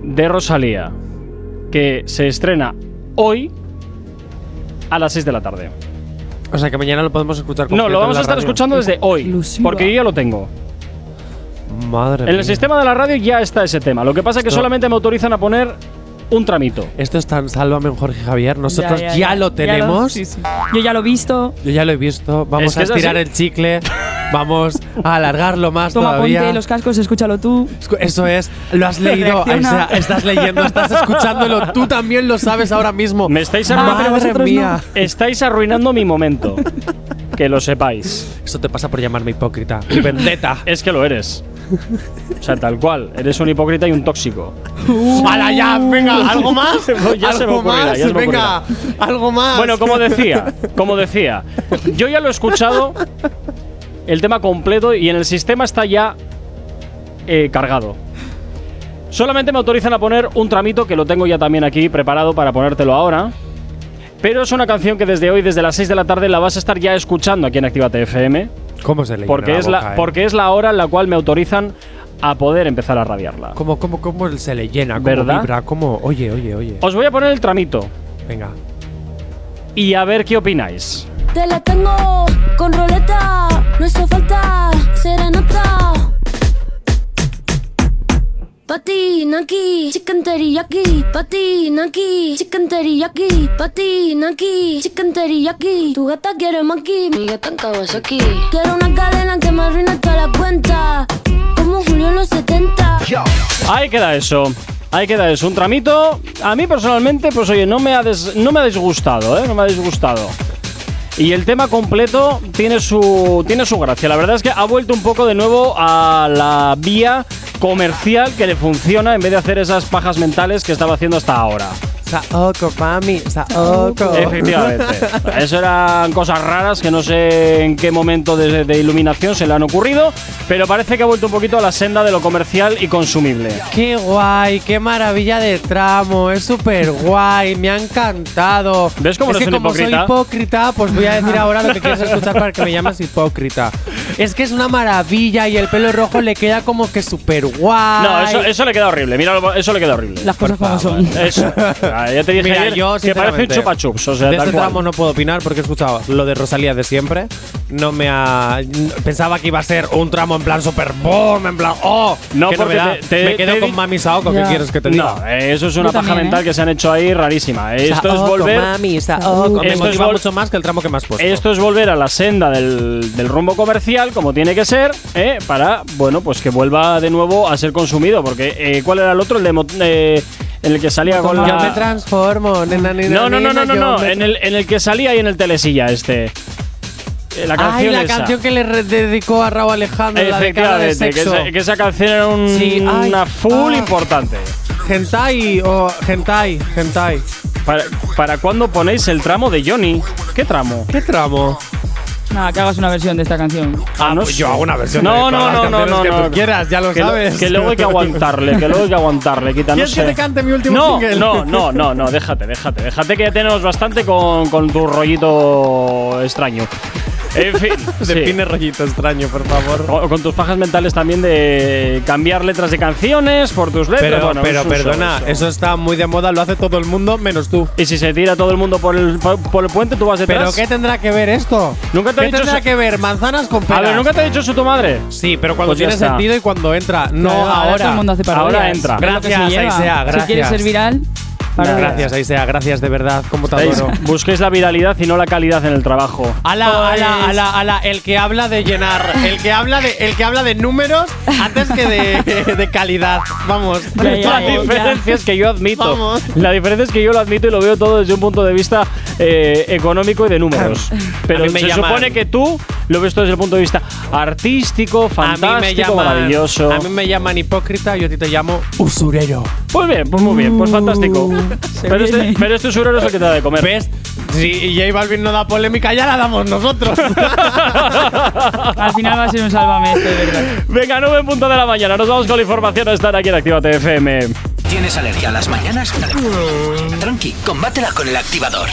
[SPEAKER 2] de Rosalía, que se estrena hoy a las 6 de la tarde.
[SPEAKER 3] O sea que mañana lo podemos escuchar
[SPEAKER 2] No, lo
[SPEAKER 3] completo en
[SPEAKER 2] vamos
[SPEAKER 3] la
[SPEAKER 2] a estar
[SPEAKER 3] radio.
[SPEAKER 2] escuchando desde hoy,
[SPEAKER 4] Exclusiva.
[SPEAKER 2] porque yo ya lo tengo.
[SPEAKER 3] Madre
[SPEAKER 2] En
[SPEAKER 3] mía.
[SPEAKER 2] el sistema de la radio ya está ese tema. Lo que pasa es que
[SPEAKER 3] Esto-
[SPEAKER 2] solamente me autorizan a poner un tramito.
[SPEAKER 3] Esto es tan sálvame en Jorge Javier. Nosotros ya,
[SPEAKER 4] Ya, ya, ya.
[SPEAKER 3] lo
[SPEAKER 4] Ya lo-
[SPEAKER 3] tenemos.
[SPEAKER 4] sí, sí. Yo ya lo he visto.
[SPEAKER 3] Yo ya lo he visto. Vamos
[SPEAKER 2] Es que
[SPEAKER 3] a
[SPEAKER 2] es
[SPEAKER 3] estirar
[SPEAKER 2] así.
[SPEAKER 3] el chicle. Vamos a alargarlo más
[SPEAKER 4] Toma,
[SPEAKER 3] todavía.
[SPEAKER 4] ponte los cascos, escúchalo tú.
[SPEAKER 3] Escu- Eso es, lo has leído, o sea,
[SPEAKER 4] Reacciona.
[SPEAKER 3] estás leyendo, estás escuchándolo, tú también lo sabes ahora mismo.
[SPEAKER 2] Me estáis
[SPEAKER 3] Madre
[SPEAKER 2] arruinando.
[SPEAKER 4] vosotros
[SPEAKER 3] mía.
[SPEAKER 2] Estáis arruinando mi momento. Que lo sepáis.
[SPEAKER 3] Eso te pasa por llamarme hipócrita. Y vendetta.
[SPEAKER 2] Es que lo eres. O sea, tal cual. Eres un hipócrita y un tóxico.
[SPEAKER 3] ¡Hala ya! Venga, ¿algo más?
[SPEAKER 2] Ya se me
[SPEAKER 3] ¿Algo
[SPEAKER 2] ocurrirá,
[SPEAKER 3] más?
[SPEAKER 2] ya se me
[SPEAKER 3] venga, algo más.
[SPEAKER 2] Bueno, como decía, como decía, yo ya lo he escuchado el tema completo y en el sistema está ya eh, cargado. Solamente me autorizan a poner un tramito que lo tengo ya también aquí preparado para ponértelo ahora. Pero es una canción que desde hoy, desde las 6 de la tarde, la vas a estar ya escuchando aquí en Actívate FM.
[SPEAKER 3] ¿Cómo se le
[SPEAKER 2] Porque es,
[SPEAKER 3] eh?
[SPEAKER 2] la, porque es la hora en la cual me autorizan a poder empezar a radiarla.
[SPEAKER 3] ¿Cómo, cómo, cómo se le llena? ¿Cómo
[SPEAKER 2] ¿Verdad? Oh.
[SPEAKER 3] vibra? ¿Cómo? Oye, oye, oye.
[SPEAKER 2] Os voy a poner el tramito
[SPEAKER 3] Venga.
[SPEAKER 2] y a ver qué opináis.
[SPEAKER 8] Te la tengo con roleta, no hizo falta serenata. Patina aquí, chicken teriyaki. Patina aquí, chicken teriyaki. Patina aquí, chicken teriyaki. Tu gata quiere maki, mi gata en aquí. Quiero una cadena que me arruine toda la cuenta. Como Julio en los 70.
[SPEAKER 2] Ahí queda eso. Ahí queda eso. Un tramito. A mí personalmente, pues oye, no me ha, des- no me ha disgustado, ¿eh? No me ha disgustado. Y el tema completo tiene su, tiene su gracia. La verdad es que ha vuelto un poco de nuevo a la vía comercial que le funciona en vez de hacer esas pajas mentales que estaba haciendo hasta ahora.
[SPEAKER 3] Saoko, mami, saoko.
[SPEAKER 2] Efectivamente. Eso eran cosas raras que no sé en qué momento de, de iluminación se le han ocurrido, pero parece que ha vuelto un poquito a la senda de lo comercial y consumible.
[SPEAKER 3] Qué guay, qué maravilla de tramo, es súper guay, me ha encantado.
[SPEAKER 2] ¿Ves cómo no
[SPEAKER 3] es que
[SPEAKER 2] soy un
[SPEAKER 3] como soy
[SPEAKER 2] hipócrita?
[SPEAKER 3] hipócrita, pues voy a decir ahora lo que quieres escuchar para que me llames hipócrita. Es que es una maravilla y el pelo rojo le queda como que súper guay.
[SPEAKER 2] No, eso, eso le queda horrible. Mira, eso le queda horrible.
[SPEAKER 4] Las cosas como son.
[SPEAKER 2] Eso. Ah, ya te dije
[SPEAKER 3] Mira,
[SPEAKER 2] ayer
[SPEAKER 3] yo,
[SPEAKER 2] que parece un
[SPEAKER 3] sinceramente,
[SPEAKER 2] chupa chups. O sea,
[SPEAKER 3] de
[SPEAKER 2] tal
[SPEAKER 3] este
[SPEAKER 2] cual.
[SPEAKER 3] tramo no puedo opinar porque he escuchado lo de Rosalía de siempre. No me ha. Pensaba que iba a ser un tramo en plan super boom, en plan. ¡Oh!
[SPEAKER 2] No,
[SPEAKER 3] qué
[SPEAKER 2] porque
[SPEAKER 3] novedad.
[SPEAKER 2] te- te-
[SPEAKER 3] me quedo
[SPEAKER 2] te he
[SPEAKER 3] con
[SPEAKER 2] di-
[SPEAKER 3] Mami Saoko, ¿qué
[SPEAKER 4] Ya.
[SPEAKER 3] quieres que te diga?
[SPEAKER 2] No, eh, eso es una
[SPEAKER 4] Yo
[SPEAKER 2] paja
[SPEAKER 4] también,
[SPEAKER 2] mental
[SPEAKER 4] ¿eh?
[SPEAKER 2] que se han hecho ahí rarísima. Esto es volver.
[SPEAKER 3] Me
[SPEAKER 2] Esto es
[SPEAKER 3] motiva
[SPEAKER 2] vol-
[SPEAKER 3] mucho más que el tramo que me has puesto.
[SPEAKER 2] Esto es volver a la senda del, del rumbo comercial, como tiene que ser, ¿eh? para, bueno, pues que vuelva de nuevo a ser consumido. Porque, eh, ¿cuál era el otro? El de mo- eh, en el que salía con
[SPEAKER 3] Yo me
[SPEAKER 2] la...
[SPEAKER 3] transformo, nena, nena,
[SPEAKER 2] No, no, no, no,
[SPEAKER 3] nena,
[SPEAKER 2] no,
[SPEAKER 3] yo
[SPEAKER 2] no.
[SPEAKER 3] me-
[SPEAKER 2] En el, en el que salía y en el telesilla este. Eh, La
[SPEAKER 3] Ay,
[SPEAKER 2] canción
[SPEAKER 3] la
[SPEAKER 2] esa.
[SPEAKER 3] canción que le re- dedicó a Raúl Alejandro, la de cara de
[SPEAKER 2] Efectivamente, que
[SPEAKER 3] sexo.
[SPEAKER 2] esa, que esa canción era un-
[SPEAKER 3] Sí, ay,
[SPEAKER 2] una full
[SPEAKER 3] ah.
[SPEAKER 2] importante.
[SPEAKER 3] Hentai o hentai, hentai.
[SPEAKER 2] ¿Para, ¿Para cuándo ponéis el tramo de Johnny? ¿Qué tramo?
[SPEAKER 3] ¿Qué tramo?
[SPEAKER 4] Nada, que hagas una versión de esta canción.
[SPEAKER 2] Ah, no
[SPEAKER 3] pues yo hago una versión de
[SPEAKER 2] No, no,
[SPEAKER 3] todas las
[SPEAKER 2] no, no, no,
[SPEAKER 3] canciones que
[SPEAKER 2] no.
[SPEAKER 3] tú quieras, ya lo
[SPEAKER 2] Que
[SPEAKER 3] sabes.
[SPEAKER 2] Que luego hay que aguantarle, que luego hay que aguantarle, quita, no
[SPEAKER 3] ¿Quieres que
[SPEAKER 2] sé.
[SPEAKER 3] te cante mi último
[SPEAKER 2] no,
[SPEAKER 3] single?
[SPEAKER 2] No, no, no, no, déjate, déjate, déjate que ya tenemos bastante con, con tu rollito extraño. En fin, sí.
[SPEAKER 3] Define rollito extraño, por favor.
[SPEAKER 2] O- con tus pajas mentales también de cambiar letras de canciones por tus letras.
[SPEAKER 3] Pero,
[SPEAKER 2] Bueno,
[SPEAKER 3] pero
[SPEAKER 2] es un show, es
[SPEAKER 3] perdona,
[SPEAKER 2] un show.
[SPEAKER 3] eso está muy de moda, lo hace todo el mundo menos tú.
[SPEAKER 2] Y si se tira todo el mundo por el, por, por el puente, tú vas
[SPEAKER 3] ¿Pero
[SPEAKER 2] detrás.
[SPEAKER 3] qué tendrá que ver esto?
[SPEAKER 2] Nunca te he
[SPEAKER 3] ¿Qué
[SPEAKER 2] dicho
[SPEAKER 3] tendrá
[SPEAKER 2] eso-
[SPEAKER 3] que ver manzanas con
[SPEAKER 2] A
[SPEAKER 3] peras?
[SPEAKER 2] ver, ¿nunca te ha dicho eso tu madre?
[SPEAKER 3] Sí, pero cuando
[SPEAKER 2] Pues ya
[SPEAKER 3] tiene
[SPEAKER 2] está.
[SPEAKER 3] sentido y cuando entra, no
[SPEAKER 4] Claro,
[SPEAKER 3] ahora.
[SPEAKER 4] todo el mundo hace parodias.
[SPEAKER 2] Ahora entra.
[SPEAKER 4] Es lo que se
[SPEAKER 3] Gracias,
[SPEAKER 4] lleva.
[SPEAKER 3] Aisea,
[SPEAKER 4] Si quieres
[SPEAKER 3] gracias.
[SPEAKER 4] ser viral,
[SPEAKER 3] Nah,
[SPEAKER 4] Parodias.
[SPEAKER 3] gracias, ahí sea. Gracias de verdad. ¿Cómo te
[SPEAKER 2] ¿Veis?
[SPEAKER 3] adoro?
[SPEAKER 2] Busquéis la viralidad y no la calidad en el trabajo.
[SPEAKER 3] Ala, ala, ala, ala, el que habla de llenar, el que habla de, el que habla de números antes que de, de calidad. Vamos,
[SPEAKER 4] Ya, ya,
[SPEAKER 2] La
[SPEAKER 4] ya.
[SPEAKER 3] vamos.
[SPEAKER 2] diferencia es que yo admito.
[SPEAKER 3] Vamos.
[SPEAKER 2] La diferencia es que yo lo admito y lo veo todo desde un punto de vista eh, económico y de números.
[SPEAKER 3] A
[SPEAKER 2] Pero
[SPEAKER 3] mí me
[SPEAKER 2] se
[SPEAKER 3] llaman-
[SPEAKER 2] supone que tú lo ves todo desde el punto de vista artístico, fantástico,
[SPEAKER 3] a mí me llaman,
[SPEAKER 2] maravilloso.
[SPEAKER 3] A mí me llaman hipócrita, yo a ti te llamo usurero.
[SPEAKER 2] Pues bien, pues muy bien, pues fantástico.
[SPEAKER 4] Uh, se
[SPEAKER 2] Pero este,
[SPEAKER 4] viene.
[SPEAKER 2] pero este usurero es el que te da de comer.
[SPEAKER 3] ¿Ves? Si J Balvin no da polémica, ya la damos nosotros.
[SPEAKER 4] Al final va a ser un sálvame esto, de verdad.
[SPEAKER 2] Venga, 9 en punto de la mañana. Nos vamos con la información. Estar aquí en Actívate FM.
[SPEAKER 1] ¿Tienes alergia a las mañanas? Tranqui, combátela con el activador.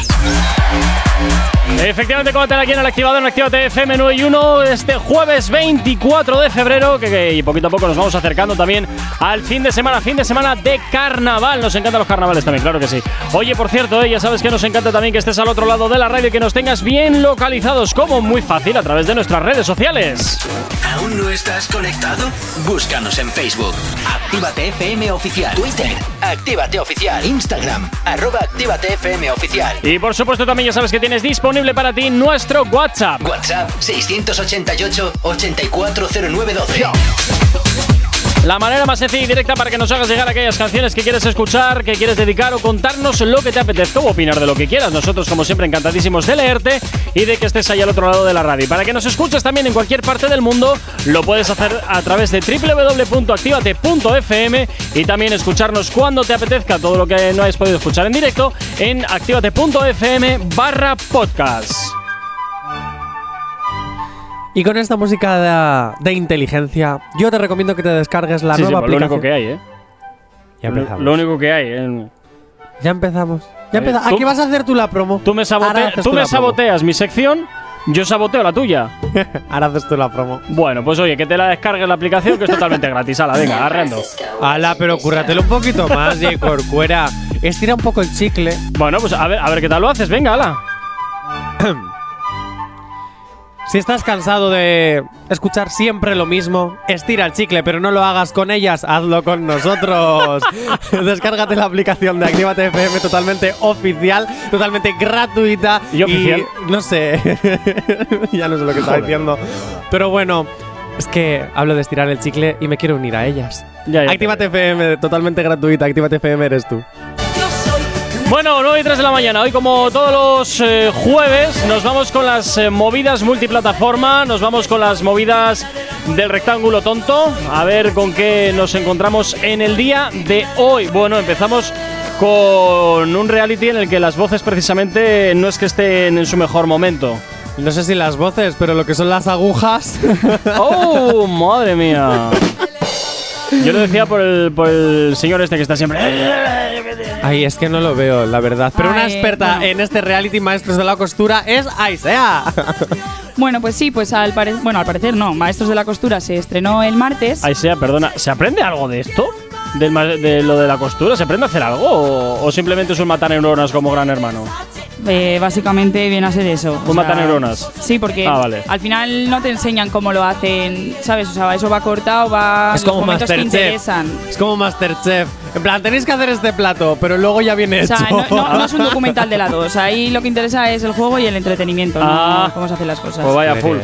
[SPEAKER 2] Efectivamente, como aquí en el activador en Actívate FM 9 y 1 este jueves 24 de febrero, que, que- y poquito a poco nos vamos acercando también al fin de semana, fin de semana de carnaval. Nos encantan los carnavales también, claro que sí. Oye, por cierto, eh, ya sabes que nos encanta también que estés al otro lado de la radio y que nos tengas bien localizados, como muy fácil, a través de nuestras redes sociales.
[SPEAKER 1] ¿Aún no estás conectado? Búscanos en Facebook. Actívate FM Oficial. Twitter. Actívate Oficial. Instagram. Arroba Actívate FM Oficial.
[SPEAKER 2] Y por supuesto, también ya sabes que tienes disponible para ti nuestro WhatsApp.
[SPEAKER 1] WhatsApp 688 840912.
[SPEAKER 2] La manera más sencilla y directa para que nos hagas llegar aquellas canciones que quieres escuchar, que quieres dedicar o contarnos lo que te apetezca o opinar de lo que quieras. Nosotros, como siempre, encantadísimos de leerte y de que estés ahí al otro lado de la radio. Y Para que nos escuches también en cualquier parte del mundo, lo puedes hacer a través de www.activate.fm y también escucharnos cuando te apetezca todo lo que no hayas podido escuchar en directo en activate.fm barra podcast.
[SPEAKER 3] y con esta música de, de inteligencia, yo te recomiendo que te descargues la
[SPEAKER 2] Sí, sí,
[SPEAKER 3] nueva
[SPEAKER 2] lo
[SPEAKER 3] aplicación.
[SPEAKER 2] único que hay, ¿eh?
[SPEAKER 3] Ya
[SPEAKER 2] Lo,
[SPEAKER 3] empezamos.
[SPEAKER 2] lo único que hay. eh.
[SPEAKER 3] Ya empezamos. Ya
[SPEAKER 2] Eh,
[SPEAKER 3] empezamos.
[SPEAKER 2] tú-
[SPEAKER 3] Aquí vas a hacer tú la promo.
[SPEAKER 2] Tú me, sabote-
[SPEAKER 3] Ahora haces
[SPEAKER 2] tú me
[SPEAKER 3] la promo.
[SPEAKER 2] saboteas mi sección, yo saboteo la tuya.
[SPEAKER 3] Ahora haces tú la promo.
[SPEAKER 2] Bueno, pues oye, que te la descargues la aplicación que es totalmente gratis. Ala, venga, arreando.
[SPEAKER 3] Ala, pero cúrratelo un poquito más, J. Corcuera. Estira un poco el chicle.
[SPEAKER 2] Bueno, pues a ver, a ver qué tal lo haces. Venga, ala.
[SPEAKER 3] Si estás cansado de escuchar siempre lo mismo, estira el chicle, pero no lo hagas con ellas, hazlo con nosotros. Descárgate la aplicación de Actívate FM totalmente oficial, totalmente gratuita.
[SPEAKER 2] ¿Y oficial?
[SPEAKER 3] no sé, ya no sé lo que estaba diciendo. Pero bueno, es que hablo de estirar el chicle y me quiero unir a ellas.
[SPEAKER 2] Ya, ya.
[SPEAKER 3] Actívate FM, totalmente gratuita. Actívate FM eres tú.
[SPEAKER 2] Bueno, 9 y 3 de la mañana. Hoy, como todos los eh, jueves, nos vamos con las eh, movidas multiplataforma. Nos vamos con las movidas del rectángulo tonto. A ver con qué nos encontramos en el día de hoy. Bueno, empezamos con un reality en el que las voces precisamente no es que estén en su mejor momento.
[SPEAKER 3] No sé si las voces, pero lo que son las agujas.
[SPEAKER 2] ¡Oh, madre mía! Yo lo decía por el, por el señor este que está siempre.
[SPEAKER 3] Ay, es que no lo veo, la verdad. Pero una
[SPEAKER 4] Ay,
[SPEAKER 3] experta
[SPEAKER 4] bueno.
[SPEAKER 3] en este reality maestros de la costura es Aisea.
[SPEAKER 4] Bueno, pues sí, pues al parecer, bueno, al parecer no, Maestros de la Costura se estrenó el martes.
[SPEAKER 2] Ay, sea, perdona. ¿Se aprende algo de esto? Del ma- de lo de la costura, ¿se aprende a hacer algo? ¿O, o simplemente es un matar neuronas como gran hermano?
[SPEAKER 3] Pues
[SPEAKER 4] Eh, básicamente viene a ser eso.
[SPEAKER 2] Un mata neuronas.
[SPEAKER 4] Sí, porque
[SPEAKER 2] Ah, vale.
[SPEAKER 4] al final no te enseñan cómo lo hacen, ¿sabes? O sea, eso va cortado, va
[SPEAKER 3] es
[SPEAKER 4] los
[SPEAKER 3] como
[SPEAKER 4] momentos que
[SPEAKER 3] Masterchef.
[SPEAKER 4] interesan.
[SPEAKER 3] Es como Masterchef. En plan, tenéis que hacer este plato, pero luego ya viene
[SPEAKER 4] O
[SPEAKER 3] hecho.
[SPEAKER 4] sea, no, no- no es un documental de la dos. ahí lo que interesa es el juego y el entretenimiento, ¿no?
[SPEAKER 2] Ah.
[SPEAKER 4] cómo se hacen las cosas.
[SPEAKER 2] Pues vaya full.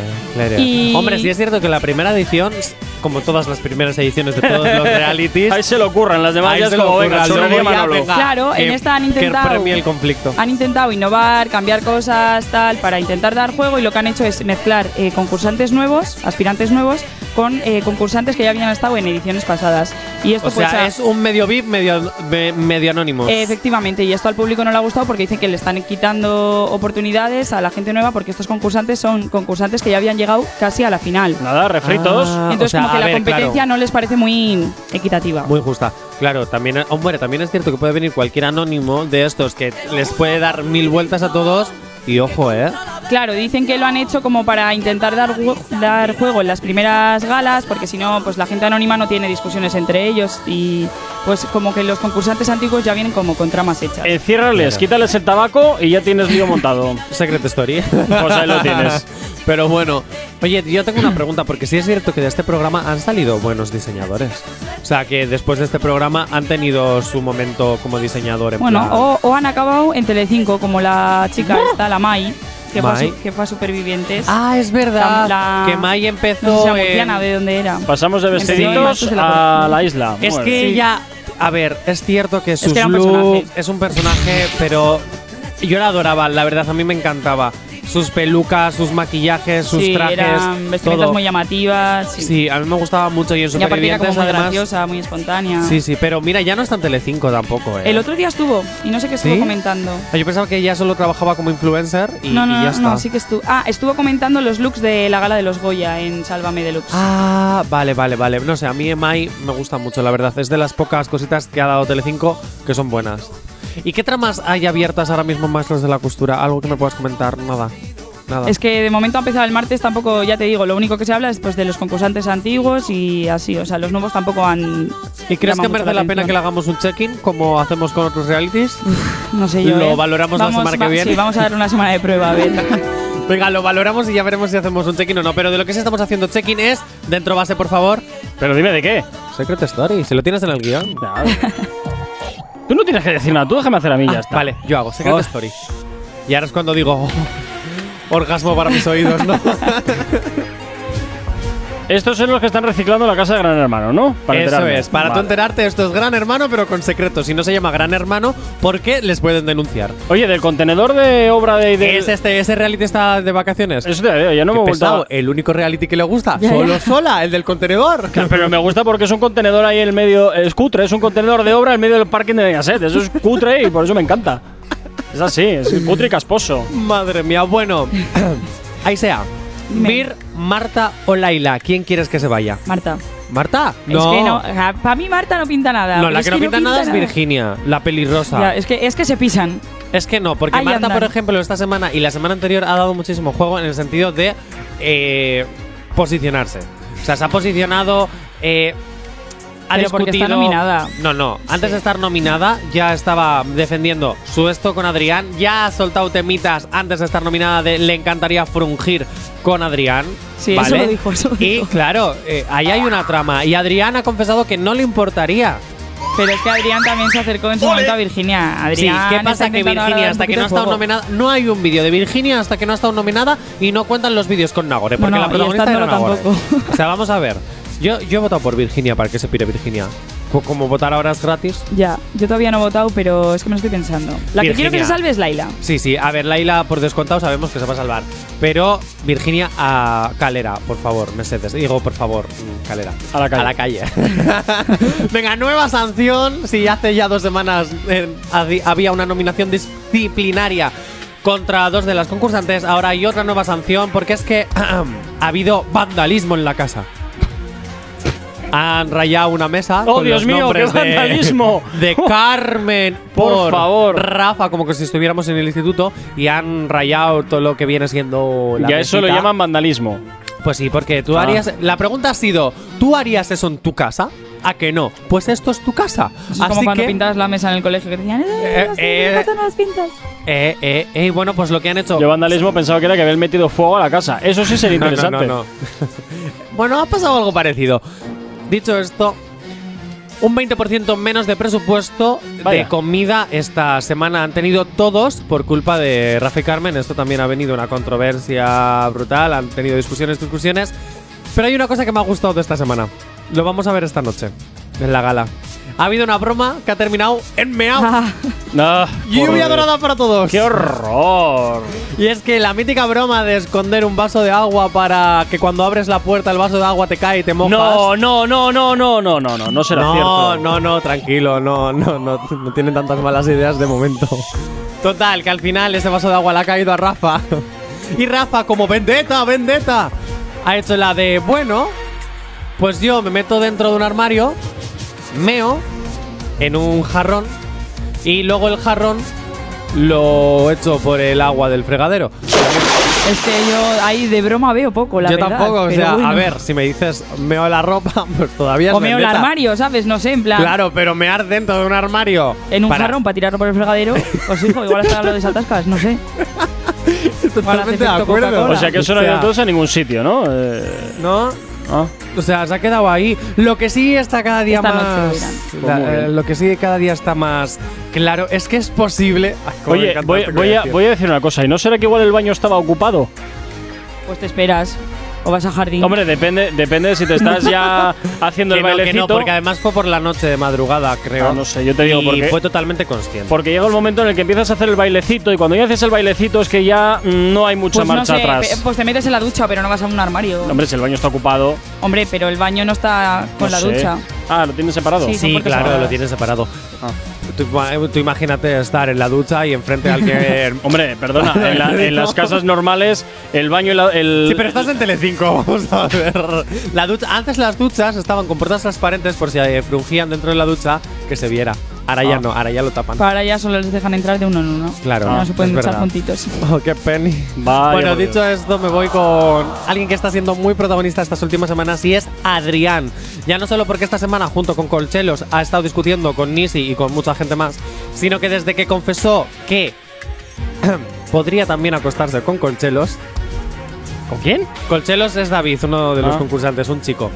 [SPEAKER 4] Y-
[SPEAKER 3] Hombre, sí es cierto que la primera edición, como todas las primeras ediciones de todos los realities,
[SPEAKER 2] Ahí se lo ocurran, las demás
[SPEAKER 3] Ahí
[SPEAKER 2] ya es
[SPEAKER 3] se lo
[SPEAKER 2] como,
[SPEAKER 3] ocurra,
[SPEAKER 2] venga,
[SPEAKER 3] luego
[SPEAKER 2] churrería
[SPEAKER 3] ya,
[SPEAKER 2] Manolo.
[SPEAKER 3] venga.
[SPEAKER 4] Claro, en
[SPEAKER 3] que-
[SPEAKER 4] esta han
[SPEAKER 3] que
[SPEAKER 4] intentado.
[SPEAKER 3] premie el conflicto.
[SPEAKER 4] Han intentado innovar, cambiar cosas, tal, para intentar dar juego y lo que han hecho es mezclar eh, concursantes nuevos, aspirantes nuevos, con eh, concursantes que ya habían estado en ediciones pasadas. Y esto
[SPEAKER 3] o
[SPEAKER 4] pues
[SPEAKER 3] sea,
[SPEAKER 4] ha-
[SPEAKER 3] es un medio VIP, medio, me- medio anónimo.
[SPEAKER 4] eh, efectivamente, y esto al público no le ha gustado porque dicen que le están quitando oportunidades a la gente nueva porque estos concursantes son concursantes que ya habían llegado casi a la final.
[SPEAKER 2] Nada, refritos.
[SPEAKER 3] Ah,
[SPEAKER 4] Entonces
[SPEAKER 3] o sea,
[SPEAKER 4] como
[SPEAKER 3] a
[SPEAKER 4] que la
[SPEAKER 3] ver,
[SPEAKER 4] competencia
[SPEAKER 3] claro.
[SPEAKER 4] no les parece muy equitativa.
[SPEAKER 3] Muy justa. Claro, también, oh, hombre, también es cierto que puede venir cualquier anónimo de estos que les puede dar mil vueltas a todos. Y ojo, ¿eh?
[SPEAKER 4] Claro, dicen que lo han hecho como para intentar dar, gu- dar juego en las primeras galas, porque si no, pues la gente anónima no tiene discusiones entre ellos y pues como que los concursantes antiguos ya vienen como con tramas hechas.
[SPEAKER 3] Eh,
[SPEAKER 2] Enciérrales, quítales el tabaco y ya tienes lío montado.
[SPEAKER 3] Secret Story.
[SPEAKER 2] Pues ahí lo tienes.
[SPEAKER 3] Pero bueno, oye, yo tengo una pregunta, porque sí es cierto que de este programa han salido buenos diseñadores. O sea, que después de este programa han tenido su momento como diseñador. En
[SPEAKER 4] Bueno,
[SPEAKER 3] plan-
[SPEAKER 4] o, o han acabado en Telecinco, como la chica esta, la Mai, que, Fue, a
[SPEAKER 3] Mai.
[SPEAKER 4] su- que fue a Supervivientes.
[SPEAKER 3] Ah, es verdad.
[SPEAKER 4] La-
[SPEAKER 3] que May empezó.
[SPEAKER 4] No sé si era
[SPEAKER 3] en-
[SPEAKER 4] murciana, de dónde era.
[SPEAKER 2] Pasamos de
[SPEAKER 4] Empezó en
[SPEAKER 2] vestiditos
[SPEAKER 4] Matos de la
[SPEAKER 2] a la isla.
[SPEAKER 3] Es
[SPEAKER 2] Bueno.
[SPEAKER 3] que ella. A ver, es cierto que sus
[SPEAKER 4] que era un
[SPEAKER 3] looks
[SPEAKER 4] personaje.
[SPEAKER 3] es un personaje, pero yo la adoraba, la verdad, a mí me encantaba. Sus pelucas, sus maquillajes, sus
[SPEAKER 4] sí,
[SPEAKER 3] trajes.
[SPEAKER 4] eran vestimentas
[SPEAKER 3] todo.
[SPEAKER 4] muy llamativas. Sí.
[SPEAKER 3] Sí, a mí me gustaba mucho y en
[SPEAKER 4] y aparte era
[SPEAKER 3] Supervivientes
[SPEAKER 4] como muy
[SPEAKER 3] además.
[SPEAKER 4] graciosa, muy espontánea.
[SPEAKER 3] Sí, sí, pero mira, ya no está en Telecinco tampoco, ¿eh?
[SPEAKER 4] El otro día estuvo y no sé qué estuvo
[SPEAKER 3] ¿Sí?
[SPEAKER 4] comentando.
[SPEAKER 3] Ah, Yo pensaba que ella solo trabajaba como influencer y,
[SPEAKER 4] no, no,
[SPEAKER 3] y ya
[SPEAKER 4] no,
[SPEAKER 3] está.
[SPEAKER 4] no, sí que estuvo. Ah, estuvo comentando los looks de la gala de los Goya en Sálvame Deluxe.
[SPEAKER 3] Ah, vale, vale, vale. No sé, a mí Mai me gusta mucho, la verdad. Es de las pocas cositas que ha dado Telecinco que son buenas. ¿Y qué tramas hay abiertas ahora mismo en Maestros de la Costura? Algo que me puedas comentar, nada. Nada.
[SPEAKER 4] Es que de momento ha empezado el martes, tampoco, ya te digo, lo único que se habla es pues, de los concursantes antiguos y así, o sea, los nuevos tampoco han.
[SPEAKER 3] ¿Y crees
[SPEAKER 4] llamado
[SPEAKER 3] que
[SPEAKER 4] mucho
[SPEAKER 3] merece la pena que le
[SPEAKER 4] atención.
[SPEAKER 3] hagamos un check-in como hacemos con otros realities?
[SPEAKER 4] No sé yo.
[SPEAKER 3] lo
[SPEAKER 4] ¿eh?
[SPEAKER 3] valoramos la semana que viene?
[SPEAKER 4] Sí, vamos a dar una semana de prueba, a ver.
[SPEAKER 3] Venga, lo valoramos y ya veremos si hacemos un check-in o no. Pero de lo que sí estamos haciendo check-in es, dentro base, por favor,
[SPEAKER 2] Pero dime de qué.
[SPEAKER 3] Secret Story. Si lo tienes en el guión.
[SPEAKER 2] Tú no tienes que decir nada, tú déjame hacer a mí y ya
[SPEAKER 3] Ah,
[SPEAKER 2] está.
[SPEAKER 3] Vale, yo hago Secret
[SPEAKER 2] Oh.
[SPEAKER 3] Story. Y ahora es cuando digo "Oh, orgasmo para mis oídos, ¿no?
[SPEAKER 2] Estos son los que están reciclando la casa de Gran Hermano, ¿no?
[SPEAKER 3] Eso
[SPEAKER 2] enterarme.
[SPEAKER 3] es, para tú
[SPEAKER 2] Vale.
[SPEAKER 3] enterarte, esto es Gran Hermano, pero con secretos. Si no se llama Gran Hermano, ¿por qué les pueden denunciar?
[SPEAKER 2] Oye, del contenedor de obra de. de-
[SPEAKER 3] ¿Es este, ¿Ese reality está de vacaciones?
[SPEAKER 2] Eso te digo, ya no
[SPEAKER 3] Qué
[SPEAKER 2] me
[SPEAKER 3] pesado,
[SPEAKER 2] gusta.
[SPEAKER 3] el único reality que le gusta.
[SPEAKER 4] Ya,
[SPEAKER 3] solo
[SPEAKER 4] ya.
[SPEAKER 3] sola, el del contenedor.
[SPEAKER 2] Pero me gusta porque es un contenedor ahí en medio. Es cutre, es un contenedor de obra en medio del parking de Mediaset. Eso es cutre y por eso me encanta. Es así, es cutre y casposo.
[SPEAKER 3] Madre mía, bueno. Ahí sea.
[SPEAKER 4] Dime.
[SPEAKER 3] Vir, Marta o Laila, ¿quién quieres que se vaya?
[SPEAKER 4] Marta.
[SPEAKER 3] ¿Marta?
[SPEAKER 4] Es que no. Para mí, Marta no pinta nada.
[SPEAKER 3] No,
[SPEAKER 4] pero
[SPEAKER 3] la
[SPEAKER 4] es
[SPEAKER 3] que no pinta, nada es Virginia, la pelirrosa.
[SPEAKER 4] Ya, es, que, es que se pisan.
[SPEAKER 3] Es que no, porque
[SPEAKER 4] Ahí
[SPEAKER 3] Marta,
[SPEAKER 4] andan.
[SPEAKER 3] por ejemplo, esta semana y la semana anterior ha dado muchísimo juego en el sentido de eh, posicionarse. O sea, se ha posicionado. eh, ha
[SPEAKER 4] Pero porque está
[SPEAKER 3] discutido-
[SPEAKER 4] nominada.
[SPEAKER 3] No, no. Antes de estar nominada, ya estaba defendiendo su esto con Adrián. Ya ha soltado temitas antes de estar nominada de le encantaría frungir con Adrián.
[SPEAKER 4] Sí,
[SPEAKER 3] ¿vale?
[SPEAKER 4] eso lo dijo, eso lo
[SPEAKER 3] y
[SPEAKER 4] dijo.
[SPEAKER 3] claro, eh, ahí hay una trama. Y Adrián ha confesado que no le importaría.
[SPEAKER 4] Pero es que Adrián también se acercó en su momento a Virginia.
[SPEAKER 3] Sí,
[SPEAKER 4] Adrián
[SPEAKER 3] ¿qué
[SPEAKER 4] está
[SPEAKER 3] pasa? Que
[SPEAKER 4] intentando ahora
[SPEAKER 3] Virginia,
[SPEAKER 4] dar
[SPEAKER 3] hasta
[SPEAKER 4] un
[SPEAKER 3] que no ha
[SPEAKER 4] poquito
[SPEAKER 3] estado
[SPEAKER 4] de
[SPEAKER 3] nominada, no hay un vídeo de Virginia hasta que no ha estado nominada y no cuentan los vídeos con Nagore, porque
[SPEAKER 4] No,
[SPEAKER 3] la
[SPEAKER 4] no, y
[SPEAKER 3] protagonista era
[SPEAKER 4] estándolo
[SPEAKER 3] Nagore.
[SPEAKER 4] tampoco.
[SPEAKER 3] O sea, vamos a ver. Yo, yo he votado por Virginia para que se pire Virginia. Co- Como votar ahora es gratis.
[SPEAKER 4] fuego. Ya, yo todavía no he votado, pero es que me lo estoy pensando. La que
[SPEAKER 3] Virginia.
[SPEAKER 4] quiero que se salve es Laila.
[SPEAKER 3] Sí, sí, a ver, Laila, por descontado, sabemos que se va a salvar. Pero Virginia a Calera, por favor, Mercedes. Digo, por favor, mm, Calera.
[SPEAKER 2] A la calle.
[SPEAKER 3] A la calle. Venga, nueva sanción. Si hace ya dos semanas eh, habi- había una nominación disciplinaria contra dos de las concursantes, ahora hay otra nueva sanción porque es que ha habido vandalismo en la casa. Han rayado una mesa.
[SPEAKER 2] ¡Oh,
[SPEAKER 3] con
[SPEAKER 2] Dios
[SPEAKER 3] los
[SPEAKER 2] mío,
[SPEAKER 3] nombres
[SPEAKER 2] qué
[SPEAKER 3] de-
[SPEAKER 2] vandalismo!
[SPEAKER 3] De Carmen,
[SPEAKER 2] Por favor.
[SPEAKER 3] Rafa, como que si estuviéramos en el instituto y han rayado todo lo que viene siendo Pues la
[SPEAKER 2] ya eso lo
[SPEAKER 3] mesita.
[SPEAKER 2] llaman vandalismo.
[SPEAKER 3] Pues sí, porque tú
[SPEAKER 2] Ah.
[SPEAKER 3] harías. La pregunta ha sido: ¿tú harías eso en tu casa? ¿A que no? Pues esto es tu casa.
[SPEAKER 4] Eso es como
[SPEAKER 3] Así
[SPEAKER 4] cuando
[SPEAKER 3] que.
[SPEAKER 4] pintabas la mesa en el colegio que decían,
[SPEAKER 3] Eh,
[SPEAKER 4] eh, las
[SPEAKER 3] eh.
[SPEAKER 4] pintas, no las pintas.
[SPEAKER 3] Eh, eh, eh, bueno, pues lo que han hecho.
[SPEAKER 2] Yo vandalismo pensaba que era que habían metido fuego a la casa. Eso sí sería
[SPEAKER 3] No, no,
[SPEAKER 2] interesante.
[SPEAKER 3] no, no. bueno, ha pasado algo parecido. Dicho esto, un 20% menos de presupuesto de
[SPEAKER 2] Vaya.
[SPEAKER 3] comida esta semana han tenido todos por culpa de Rafa y Carmen. Esto también ha venido una controversia brutal, han tenido discusiones, discusiones. Pero hay una cosa que me ha gustado de esta semana. Lo vamos a ver esta noche, en la gala. Ha habido una broma que ha terminado en meao.
[SPEAKER 2] Ah,
[SPEAKER 3] Lluvia
[SPEAKER 2] por-
[SPEAKER 3] dorada para todos.
[SPEAKER 2] ¡Qué horror!
[SPEAKER 3] Y es que la mítica broma de esconder un vaso de agua para que cuando abres la puerta el vaso de agua te cae y te mojas.
[SPEAKER 2] No, no, no, no, no, no, no, no, no será
[SPEAKER 3] no,
[SPEAKER 2] cierto.
[SPEAKER 3] no, no, tranquilo, no, no, no, no tienen tantas malas ideas de momento. Total, que al final ese vaso de agua le ha caído a Rafa. Y Rafa, como vendetta, vendetta, ha hecho la de, bueno, pues yo me meto dentro de un armario, meo en un jarrón y luego el jarrón lo echo por el agua del fregadero.
[SPEAKER 4] Es que yo ahí de broma veo poco, la
[SPEAKER 3] Yo
[SPEAKER 4] verdad.
[SPEAKER 3] tampoco, o
[SPEAKER 4] pero
[SPEAKER 3] sea,
[SPEAKER 4] bueno.
[SPEAKER 3] a ver, si me dices meo la ropa, pues todavía es
[SPEAKER 4] O meo el
[SPEAKER 3] vendetta.
[SPEAKER 4] armario, ¿sabes? No sé, en plan.
[SPEAKER 3] Claro, pero mear dentro de un armario.
[SPEAKER 4] En un pues,
[SPEAKER 3] para-
[SPEAKER 4] jarrón para tirarlo por el fregadero, pues hijo, igual hasta lo desatascas, no sé. Para hacer
[SPEAKER 3] Totalmente de
[SPEAKER 4] efecto
[SPEAKER 3] acuerdo.
[SPEAKER 4] Coca-Cola.
[SPEAKER 2] O sea que eso no ha ido todos a ningún sitio, ¿no? Eh,
[SPEAKER 3] No,
[SPEAKER 2] ah.
[SPEAKER 3] o sea, se ha quedado ahí. Lo que sí está cada día
[SPEAKER 4] Esta noche
[SPEAKER 3] más.
[SPEAKER 2] lo dirán.
[SPEAKER 3] la-
[SPEAKER 2] Pues Muy bien.
[SPEAKER 3] eh, lo que sí cada día está más claro es que es posible. Ay, cómo me
[SPEAKER 2] Oye,
[SPEAKER 3] encanta
[SPEAKER 2] voy,
[SPEAKER 3] esto que
[SPEAKER 2] voy
[SPEAKER 3] voy
[SPEAKER 2] a,
[SPEAKER 3] decir.
[SPEAKER 2] voy a decir una cosa. ¿Y no será que igual el baño estaba ocupado?
[SPEAKER 4] Pues te esperas. O vas a jardín.
[SPEAKER 2] Hombre, depende, depende de si te estás ya haciendo
[SPEAKER 3] Que
[SPEAKER 2] el
[SPEAKER 3] no, que
[SPEAKER 2] bailecito.
[SPEAKER 3] no, porque además fue por la noche de madrugada, creo.
[SPEAKER 2] Ah, no sé, yo te digo
[SPEAKER 3] y
[SPEAKER 2] porque-
[SPEAKER 3] fue totalmente consciente.
[SPEAKER 2] Porque llega el momento en el que empiezas a hacer el bailecito y cuando ya haces el bailecito es que ya mm, no hay mucha
[SPEAKER 4] pues no
[SPEAKER 2] marcha
[SPEAKER 4] sé,
[SPEAKER 2] atrás.
[SPEAKER 4] pe- pues te metes en la ducha, pero no vas a un armario.
[SPEAKER 3] pues-
[SPEAKER 2] Hombre, si el baño está ocupado,
[SPEAKER 4] Hombre, pero el baño no está
[SPEAKER 2] no
[SPEAKER 4] con la
[SPEAKER 2] sé.
[SPEAKER 4] ducha.
[SPEAKER 2] Ah, lo tienes separado.
[SPEAKER 4] Sí,
[SPEAKER 3] Pues Sí,
[SPEAKER 4] porque
[SPEAKER 3] claro,
[SPEAKER 4] son-
[SPEAKER 3] lo tienes separado.
[SPEAKER 2] Ah.
[SPEAKER 3] Tú, ima- tú imagínate estar en la ducha y enfrente al que.
[SPEAKER 2] Hombre, perdona, en, la- en las casas normales el baño y la- el
[SPEAKER 3] Sí, pero estás en Telecinco, vamos a ver. La ducha, antes las duchas estaban con puertas transparentes por si eh, frungían dentro de la ducha que se viera. Ahora ya
[SPEAKER 2] Ah.
[SPEAKER 3] no, ahora ya lo tapan.
[SPEAKER 4] Para allá solo les dejan entrar de uno en uno.
[SPEAKER 3] Claro,
[SPEAKER 4] No se pueden
[SPEAKER 3] es
[SPEAKER 4] duchar
[SPEAKER 3] verdad.
[SPEAKER 4] juntitos.
[SPEAKER 3] Oh, qué penny.
[SPEAKER 2] Vaya
[SPEAKER 3] bueno,
[SPEAKER 2] por Dios.
[SPEAKER 3] dicho esto, me voy con alguien que está siendo muy protagonista estas últimas semanas y es Adrián. Ya no solo porque esta semana, junto con Colchelos, ha estado discutiendo con Nisi y con mucha gente más, sino que desde que confesó que podría también acostarse con Colchelos.
[SPEAKER 2] ¿Con quién?
[SPEAKER 3] Colchelos es David, uno de los
[SPEAKER 2] Ah.
[SPEAKER 3] concursantes, un chico.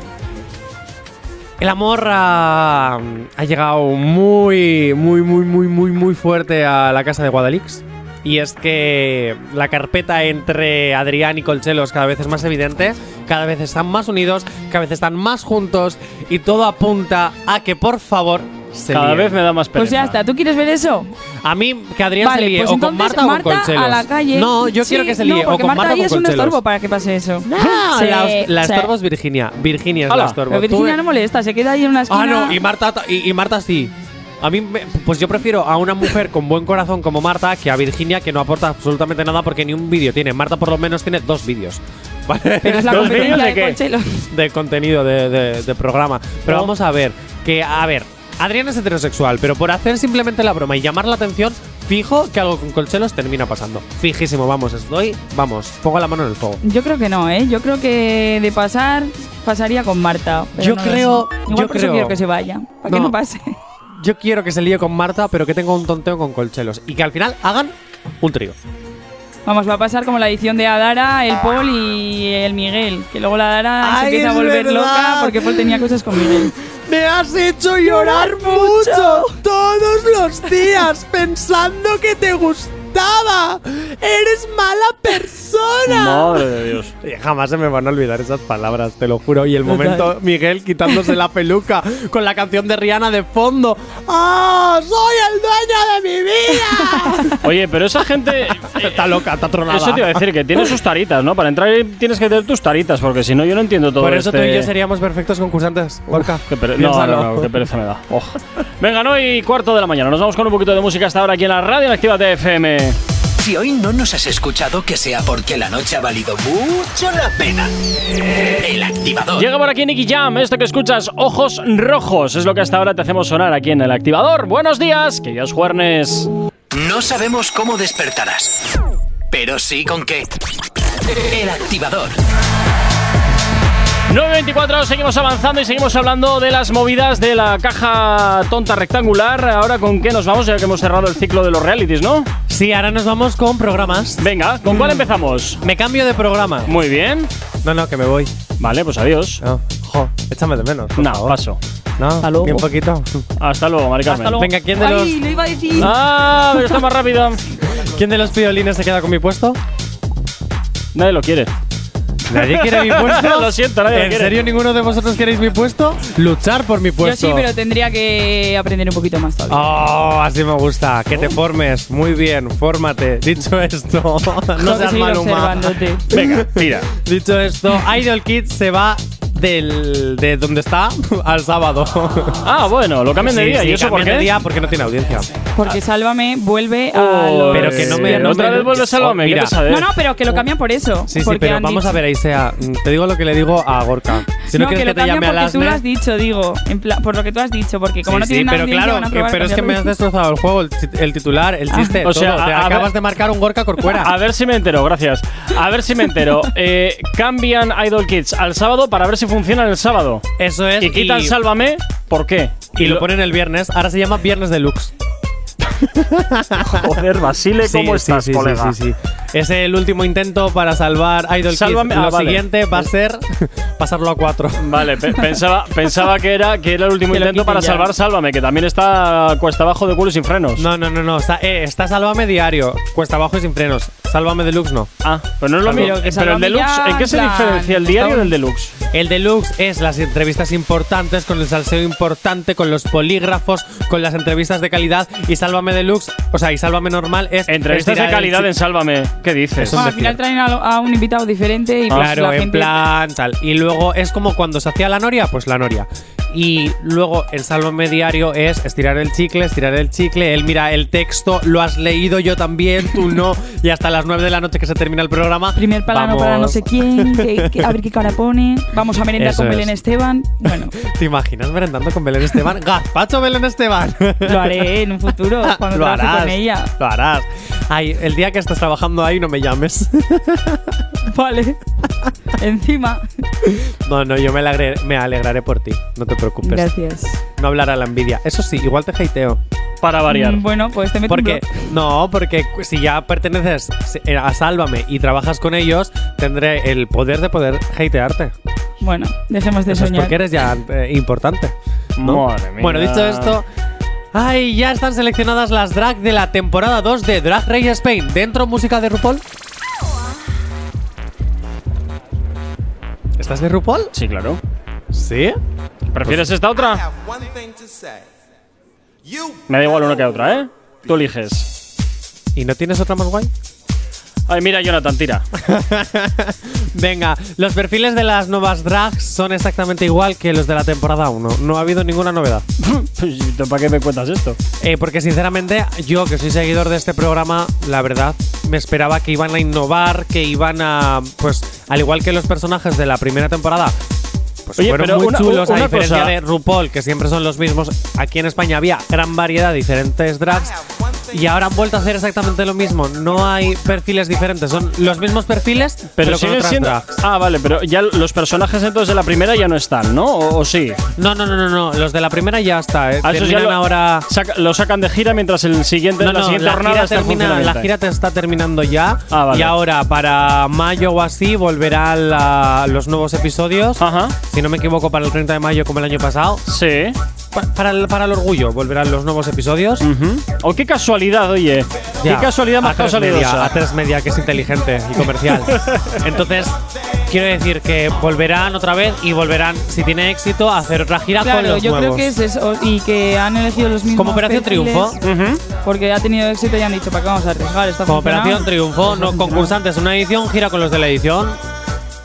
[SPEAKER 3] El amor ha, ha llegado muy, muy, muy, muy, muy, muy fuerte a la casa de Guadalix. Y es que la carpeta entre Adrián y Colchelos cada vez es más evidente, cada vez están más unidos, cada vez están más juntos y todo apunta a que por favor se
[SPEAKER 2] Cada
[SPEAKER 3] líen.
[SPEAKER 2] vez me da más
[SPEAKER 4] Pues
[SPEAKER 2] pereza.
[SPEAKER 4] ya está, ¿tú quieres ver eso?
[SPEAKER 3] A mí que Adrián
[SPEAKER 4] vale,
[SPEAKER 3] se líe
[SPEAKER 4] pues
[SPEAKER 3] o con
[SPEAKER 4] entonces
[SPEAKER 3] Marta, o con Colchelos.
[SPEAKER 4] a la calle.
[SPEAKER 3] No, yo
[SPEAKER 4] Sí,
[SPEAKER 3] quiero que se
[SPEAKER 4] no,
[SPEAKER 3] líe o
[SPEAKER 4] porque
[SPEAKER 3] con Marta,
[SPEAKER 4] Marta ahí
[SPEAKER 3] o
[SPEAKER 4] es
[SPEAKER 3] con
[SPEAKER 4] un
[SPEAKER 3] Colchelos.
[SPEAKER 4] estorbo para que pase eso.
[SPEAKER 3] Ah,
[SPEAKER 4] Sí,
[SPEAKER 3] la, la
[SPEAKER 4] sí.
[SPEAKER 3] estorbo es Virginia. Virginia es
[SPEAKER 2] Ala.
[SPEAKER 3] la estorbo.
[SPEAKER 4] Pero Virginia
[SPEAKER 3] Tú-
[SPEAKER 4] no molesta, se queda ahí en una esquina.
[SPEAKER 3] Ah, no, y Marta, ta- y, y Marta sí. A mí, me- pues yo prefiero a una mujer con buen corazón como Marta que a Virginia que no aporta absolutamente nada porque ni un vídeo tiene. Marta por lo menos tiene dos vídeos. ¿Vale?
[SPEAKER 4] Pero es la
[SPEAKER 2] ¿Dos
[SPEAKER 4] competencia
[SPEAKER 2] niños de
[SPEAKER 4] de,
[SPEAKER 2] qué?
[SPEAKER 4] Colchelo.
[SPEAKER 3] de contenido de, de- de programa. Pero
[SPEAKER 2] No.
[SPEAKER 3] vamos a ver, que a ver, Adrián es heterosexual, pero por hacer simplemente la broma y llamar la atención, fijo que algo con colchelos termina pasando. Fijísimo, vamos, estoy, vamos, pongo la mano en el fuego.
[SPEAKER 4] Yo creo que no, ¿eh? Yo creo que de pasar, pasaría con Marta. pero
[SPEAKER 3] Yo
[SPEAKER 4] no lo
[SPEAKER 3] creo-
[SPEAKER 4] sé.
[SPEAKER 3] yo
[SPEAKER 4] Igual por eso
[SPEAKER 3] creo-
[SPEAKER 4] quiero que se vaya. Para que
[SPEAKER 3] No.
[SPEAKER 4] no pase.
[SPEAKER 3] Yo quiero que se líe con Marta, pero que tenga un tonteo con colchelos y que al final hagan un trío.
[SPEAKER 4] Vamos, va a pasar como la edición de Adara, el Paul y el Miguel. Que luego la
[SPEAKER 3] Ay,
[SPEAKER 4] Adara se empieza a
[SPEAKER 3] es
[SPEAKER 4] volver
[SPEAKER 3] verdad.
[SPEAKER 4] loca porque Paul tenía cosas con Miguel.
[SPEAKER 3] Me has hecho llorar mucho todos los días pensando que te gustaba. Eres mala persona.
[SPEAKER 2] Madre de Dios.
[SPEAKER 3] Jamás se me van a olvidar esas palabras, te lo juro. Y el momento Miguel quitándose la peluca con la canción de Rihanna de fondo. ¡Ah! ¡Soy el dueño de mi vida!
[SPEAKER 2] Oye, pero esa gente
[SPEAKER 3] está loca, está tronada.
[SPEAKER 2] Eso te iba a decir que tiene sus taritas, ¿no? Para entrar ahí tienes que tener tus taritas, porque si no, yo no entiendo todo
[SPEAKER 3] Por eso tú y
[SPEAKER 2] este-
[SPEAKER 3] yo seríamos perfectos concursantes. Gorka,
[SPEAKER 2] Qué pere- no,
[SPEAKER 3] piénsalo.
[SPEAKER 2] no, no, qué pereza me da. Oh. Venga, no y cuarto de la mañana. Nos vamos con un poquito de música hasta ahora aquí en la radio en Actívate FM.
[SPEAKER 1] Si hoy no nos has escuchado, que sea porque la noche ha valido mucho la pena. El activador.
[SPEAKER 2] Llega por aquí Nicky Jam, esto que escuchas, Ojos Rojos. Es lo que hasta ahora te hacemos sonar aquí en el activador. Buenos días, que ya es jueves.
[SPEAKER 1] No sabemos cómo despertarás, pero sí con qué. El activador.
[SPEAKER 2] 9.24, seguimos avanzando y seguimos hablando de las movidas de la caja tonta rectangular. Ahora con qué nos vamos, ya que hemos cerrado el ciclo de los realities, ¿no?
[SPEAKER 3] Sí, ahora nos vamos con programas.
[SPEAKER 2] Venga, ¿con
[SPEAKER 3] Mm.
[SPEAKER 2] cuál empezamos?
[SPEAKER 3] Me cambio de programa.
[SPEAKER 2] Muy bien.
[SPEAKER 3] No, no, que me voy.
[SPEAKER 2] Vale, pues adiós.
[SPEAKER 3] No, jo, échame de menos. por
[SPEAKER 2] No,
[SPEAKER 3] favor.
[SPEAKER 2] paso.
[SPEAKER 3] No,
[SPEAKER 4] Hasta luego.
[SPEAKER 3] bien poquito.
[SPEAKER 2] Hasta luego, Mari Carmen.
[SPEAKER 3] Venga, ¿quién de,
[SPEAKER 4] Ay,
[SPEAKER 3] los,
[SPEAKER 4] lo iba a decir.
[SPEAKER 2] Ah, pero está más rápido.
[SPEAKER 3] ¿quién de los piolines se queda con mi puesto?
[SPEAKER 2] Nadie lo quiere.
[SPEAKER 3] ¿Nadie quiere mi puesto?
[SPEAKER 2] Lo siento, nadie lo
[SPEAKER 3] ¿En
[SPEAKER 2] quiere.
[SPEAKER 3] serio ninguno de vosotros queréis mi puesto? Luchar por mi
[SPEAKER 4] Yo
[SPEAKER 3] puesto.
[SPEAKER 4] sí, pero tendría que aprender un poquito más todavía.
[SPEAKER 3] Oh, así me gusta. Que te formes. Muy bien, fórmate. Dicho esto, no
[SPEAKER 4] Tengo que
[SPEAKER 3] seas
[SPEAKER 4] seguir
[SPEAKER 3] maluma.
[SPEAKER 4] observándote.
[SPEAKER 2] Venga, tira.
[SPEAKER 3] Dicho esto, Idol Kids se va del, de donde está al sábado.
[SPEAKER 2] Ah, bueno, lo cambian de
[SPEAKER 3] Sí,
[SPEAKER 2] día.
[SPEAKER 3] sí,
[SPEAKER 2] ¿Y eso por
[SPEAKER 3] cambian de
[SPEAKER 2] qué?
[SPEAKER 3] día porque no tiene audiencia.
[SPEAKER 4] Porque Sálvame vuelve a
[SPEAKER 2] Oh,
[SPEAKER 4] los-
[SPEAKER 3] Pero que no me- no
[SPEAKER 2] Otra
[SPEAKER 3] me-
[SPEAKER 2] vez vuelves a lo
[SPEAKER 3] Oh,
[SPEAKER 2] Mira.
[SPEAKER 3] mira.
[SPEAKER 4] No, no, pero que lo cambian por eso.
[SPEAKER 3] Sí, sí,
[SPEAKER 4] porque
[SPEAKER 3] pero
[SPEAKER 4] han
[SPEAKER 3] vamos
[SPEAKER 4] dicho-
[SPEAKER 3] a ver, Aisea. mm, Te digo lo que le digo a Gorka. Si no, quieres
[SPEAKER 4] no, que
[SPEAKER 3] que,
[SPEAKER 4] lo
[SPEAKER 3] te
[SPEAKER 4] cambian
[SPEAKER 3] llame a
[SPEAKER 4] porque
[SPEAKER 3] las
[SPEAKER 4] tú lo has dicho, digo. En pla- por lo que tú has dicho, porque como
[SPEAKER 3] sí,
[SPEAKER 4] no
[SPEAKER 3] sí,
[SPEAKER 4] tienen
[SPEAKER 3] pero
[SPEAKER 4] audiencia,
[SPEAKER 3] claro,
[SPEAKER 4] van a
[SPEAKER 3] que-
[SPEAKER 4] probar
[SPEAKER 3] pero es que me has
[SPEAKER 4] cambiarlo.
[SPEAKER 3] destrozado el juego, el, tit- el titular, el chiste,
[SPEAKER 2] o sea,
[SPEAKER 3] todo. Te
[SPEAKER 2] a- a
[SPEAKER 3] acabas
[SPEAKER 2] ver-
[SPEAKER 3] de marcar un Gorka Corcuera.
[SPEAKER 2] A ver si me entero, gracias. A ver si me entero. Eh, cambian Idol Kids al sábado para ver si funcionan el sábado.
[SPEAKER 3] Eso es.
[SPEAKER 2] Y quitan Sálvame, ¿por qué?
[SPEAKER 3] y lo ponen el viernes. Ahora se llama Viernes Deluxe.
[SPEAKER 2] Joder, Basile,
[SPEAKER 3] sí, sí, sí, sí, sí, sí. Es el último intento para salvar Idol
[SPEAKER 2] Sálvame-
[SPEAKER 3] Kids. Lo
[SPEAKER 2] ah, vale.
[SPEAKER 3] siguiente va a ser pasarlo a cuatro.
[SPEAKER 2] Vale, pe- pensaba, pensaba que, era, que era el último
[SPEAKER 4] Que lo
[SPEAKER 2] intento
[SPEAKER 4] quiten
[SPEAKER 2] para
[SPEAKER 4] ya.
[SPEAKER 2] salvar Sálvame, que también está cuesta abajo de culo y sin frenos.
[SPEAKER 3] No, no, no, no. Está, eh, está Sálvame diario. Cuesta abajo y sin frenos. Sálvame Deluxe no.
[SPEAKER 2] Ah, pero no es lo
[SPEAKER 4] Pero
[SPEAKER 2] mismo. Eh, Pero
[SPEAKER 4] que
[SPEAKER 2] el
[SPEAKER 4] Sálvame
[SPEAKER 2] deluxe,
[SPEAKER 4] ya,
[SPEAKER 2] ¿en qué se
[SPEAKER 4] en plan,
[SPEAKER 2] diferencia el
[SPEAKER 4] está
[SPEAKER 2] diario
[SPEAKER 4] un-
[SPEAKER 2] del deluxe?
[SPEAKER 3] El deluxe es las entrevistas importantes, con el salseo importante, con los polígrafos, con las entrevistas de calidad. Y Sálvame deluxe, o sea, y Sálvame normal es.
[SPEAKER 4] Este
[SPEAKER 2] Entrevistas
[SPEAKER 3] es tirar
[SPEAKER 2] de
[SPEAKER 3] el
[SPEAKER 2] calidad
[SPEAKER 3] chi-
[SPEAKER 2] en Sálvame. ¿Qué dices?
[SPEAKER 3] Eso
[SPEAKER 4] Bueno,
[SPEAKER 3] me
[SPEAKER 4] al final
[SPEAKER 3] refiero.
[SPEAKER 4] traen a, lo- a un invitado diferente y pues,
[SPEAKER 3] Claro,
[SPEAKER 4] la
[SPEAKER 3] en
[SPEAKER 4] gente
[SPEAKER 3] plan tal. Y luego es como cuando se hacía la noria, pues la noria. Y luego el sálvame diario es estirar el chicle, estirar el chicle. Él mira el texto, lo has leído yo también, tú no. Y hasta las 9 de la noche que se termina el programa.
[SPEAKER 4] Primer plano para no
[SPEAKER 3] vamos.
[SPEAKER 4] sé quién, que- que- a ver qué cara pone. Vamos a merendar
[SPEAKER 3] Eso
[SPEAKER 4] con
[SPEAKER 3] es.
[SPEAKER 4] Belén Esteban. Bueno,
[SPEAKER 3] ¿Te imaginas merendando con Belén Esteban? ¡Gazpacho Belén Esteban!
[SPEAKER 4] lo haré en un futuro cuando
[SPEAKER 3] lo
[SPEAKER 4] trabaje
[SPEAKER 3] harás,
[SPEAKER 4] con ella.
[SPEAKER 3] Lo harás. Ay, el día que estás trabajando ahí no me llames.
[SPEAKER 4] Vale. Encima.
[SPEAKER 3] Pues No, no, yo me alegre- me alegraré por ti. No te preocupes.
[SPEAKER 4] Gracias.
[SPEAKER 3] No hablará la envidia. Eso sí, igual te hateo.
[SPEAKER 2] Para variar.
[SPEAKER 4] Mm, Bueno, pues te meto un
[SPEAKER 3] Porque,
[SPEAKER 4] bloque.
[SPEAKER 3] no, porque cu- si ya perteneces si- eh, a Sálvame y trabajas con ellos, tendré el poder de poder hatearte.
[SPEAKER 4] Bueno, dejemos de
[SPEAKER 3] Eso es
[SPEAKER 4] soñar.
[SPEAKER 3] porque eres ya eh, importante. ¿no?
[SPEAKER 2] Madre mía.
[SPEAKER 3] Bueno, dicho esto. Ay, ya están seleccionadas las drag de la temporada 2 de Drag Race Spain. ¿Dentro música de RuPaul? ¿Estás de RuPaul?
[SPEAKER 2] Sí, claro.
[SPEAKER 3] Sí.
[SPEAKER 4] Pues
[SPEAKER 2] ¿Prefieres esta otra? Me da igual una que otra, ¿eh? Tú eliges.
[SPEAKER 3] ¿Y no tienes otra más guay?
[SPEAKER 2] Ay, mira, Jonathan, tira.
[SPEAKER 3] Venga, los perfiles de las nuevas drags son exactamente igual que los de la temporada 1. No ha habido ninguna novedad.
[SPEAKER 2] Pues, ¿Para qué me cuentas esto?
[SPEAKER 3] Eh, porque sinceramente, yo que soy seguidor de este programa, la verdad, me esperaba que iban a innovar, que iban a. Pues, al igual que los personajes de la primera temporada. Pues
[SPEAKER 2] Oye,
[SPEAKER 3] fueron
[SPEAKER 2] pero
[SPEAKER 3] muy
[SPEAKER 2] una-
[SPEAKER 3] chulos, a
[SPEAKER 2] una
[SPEAKER 3] diferencia
[SPEAKER 2] cosa-
[SPEAKER 3] de RuPaul, que siempre son los mismos. Aquí en España había gran variedad, diferentes drags. Y ahora han vuelto a hacer exactamente lo mismo. No hay perfiles diferentes. Son los mismos perfiles, pero,
[SPEAKER 2] Pero
[SPEAKER 3] con
[SPEAKER 2] siguen
[SPEAKER 3] otras
[SPEAKER 2] siendo.
[SPEAKER 3] drags.
[SPEAKER 2] Ah, vale, pero ya los personajes entonces de la primera ya no están, ¿no? ¿O, o sí?
[SPEAKER 3] No, no, no, no, no. Los de la primera ya está. Eh.
[SPEAKER 2] Ah, esos ya
[SPEAKER 3] Terminan
[SPEAKER 2] lo-
[SPEAKER 3] ahora.
[SPEAKER 2] saca- lo sacan de gira mientras el siguiente, la siguiente jornada
[SPEAKER 3] gira
[SPEAKER 2] está en
[SPEAKER 3] termina-
[SPEAKER 2] funcionamiento.
[SPEAKER 3] la gira te está terminando ya.
[SPEAKER 2] Ah, vale.
[SPEAKER 3] Y ahora, para mayo o así, volverán la- los nuevos episodios.
[SPEAKER 2] Ajá.
[SPEAKER 3] Si no me equivoco, para el 30 de mayo, como el año pasado.
[SPEAKER 2] Sí.
[SPEAKER 3] Pa- para, el, para el orgullo, volverán los nuevos episodios.
[SPEAKER 2] Ujú. O qué casualidad, oye.
[SPEAKER 3] Ya.
[SPEAKER 2] Mm. Qué casualidad más
[SPEAKER 3] a tres media,
[SPEAKER 2] casualidad.
[SPEAKER 3] a tres media, que es inteligente y comercial. Entonces, quiero decir que volverán otra vez y volverán, si tiene éxito, a hacer otra gira con
[SPEAKER 4] Claro,
[SPEAKER 3] los
[SPEAKER 4] yo creo
[SPEAKER 3] nuevos.
[SPEAKER 4] que es eso. Y que han elegido los mismos.
[SPEAKER 3] Como Operación
[SPEAKER 4] perfiles
[SPEAKER 3] Triunfo.
[SPEAKER 4] Porque ha tenido éxito y han dicho, ¿para qué vamos a arriesgar? Está
[SPEAKER 3] Como
[SPEAKER 4] funcionando.
[SPEAKER 3] Operación Triunfo,
[SPEAKER 4] Pues ha
[SPEAKER 3] no,
[SPEAKER 4] funcionado.
[SPEAKER 3] concursantes una edición, gira con los de la edición.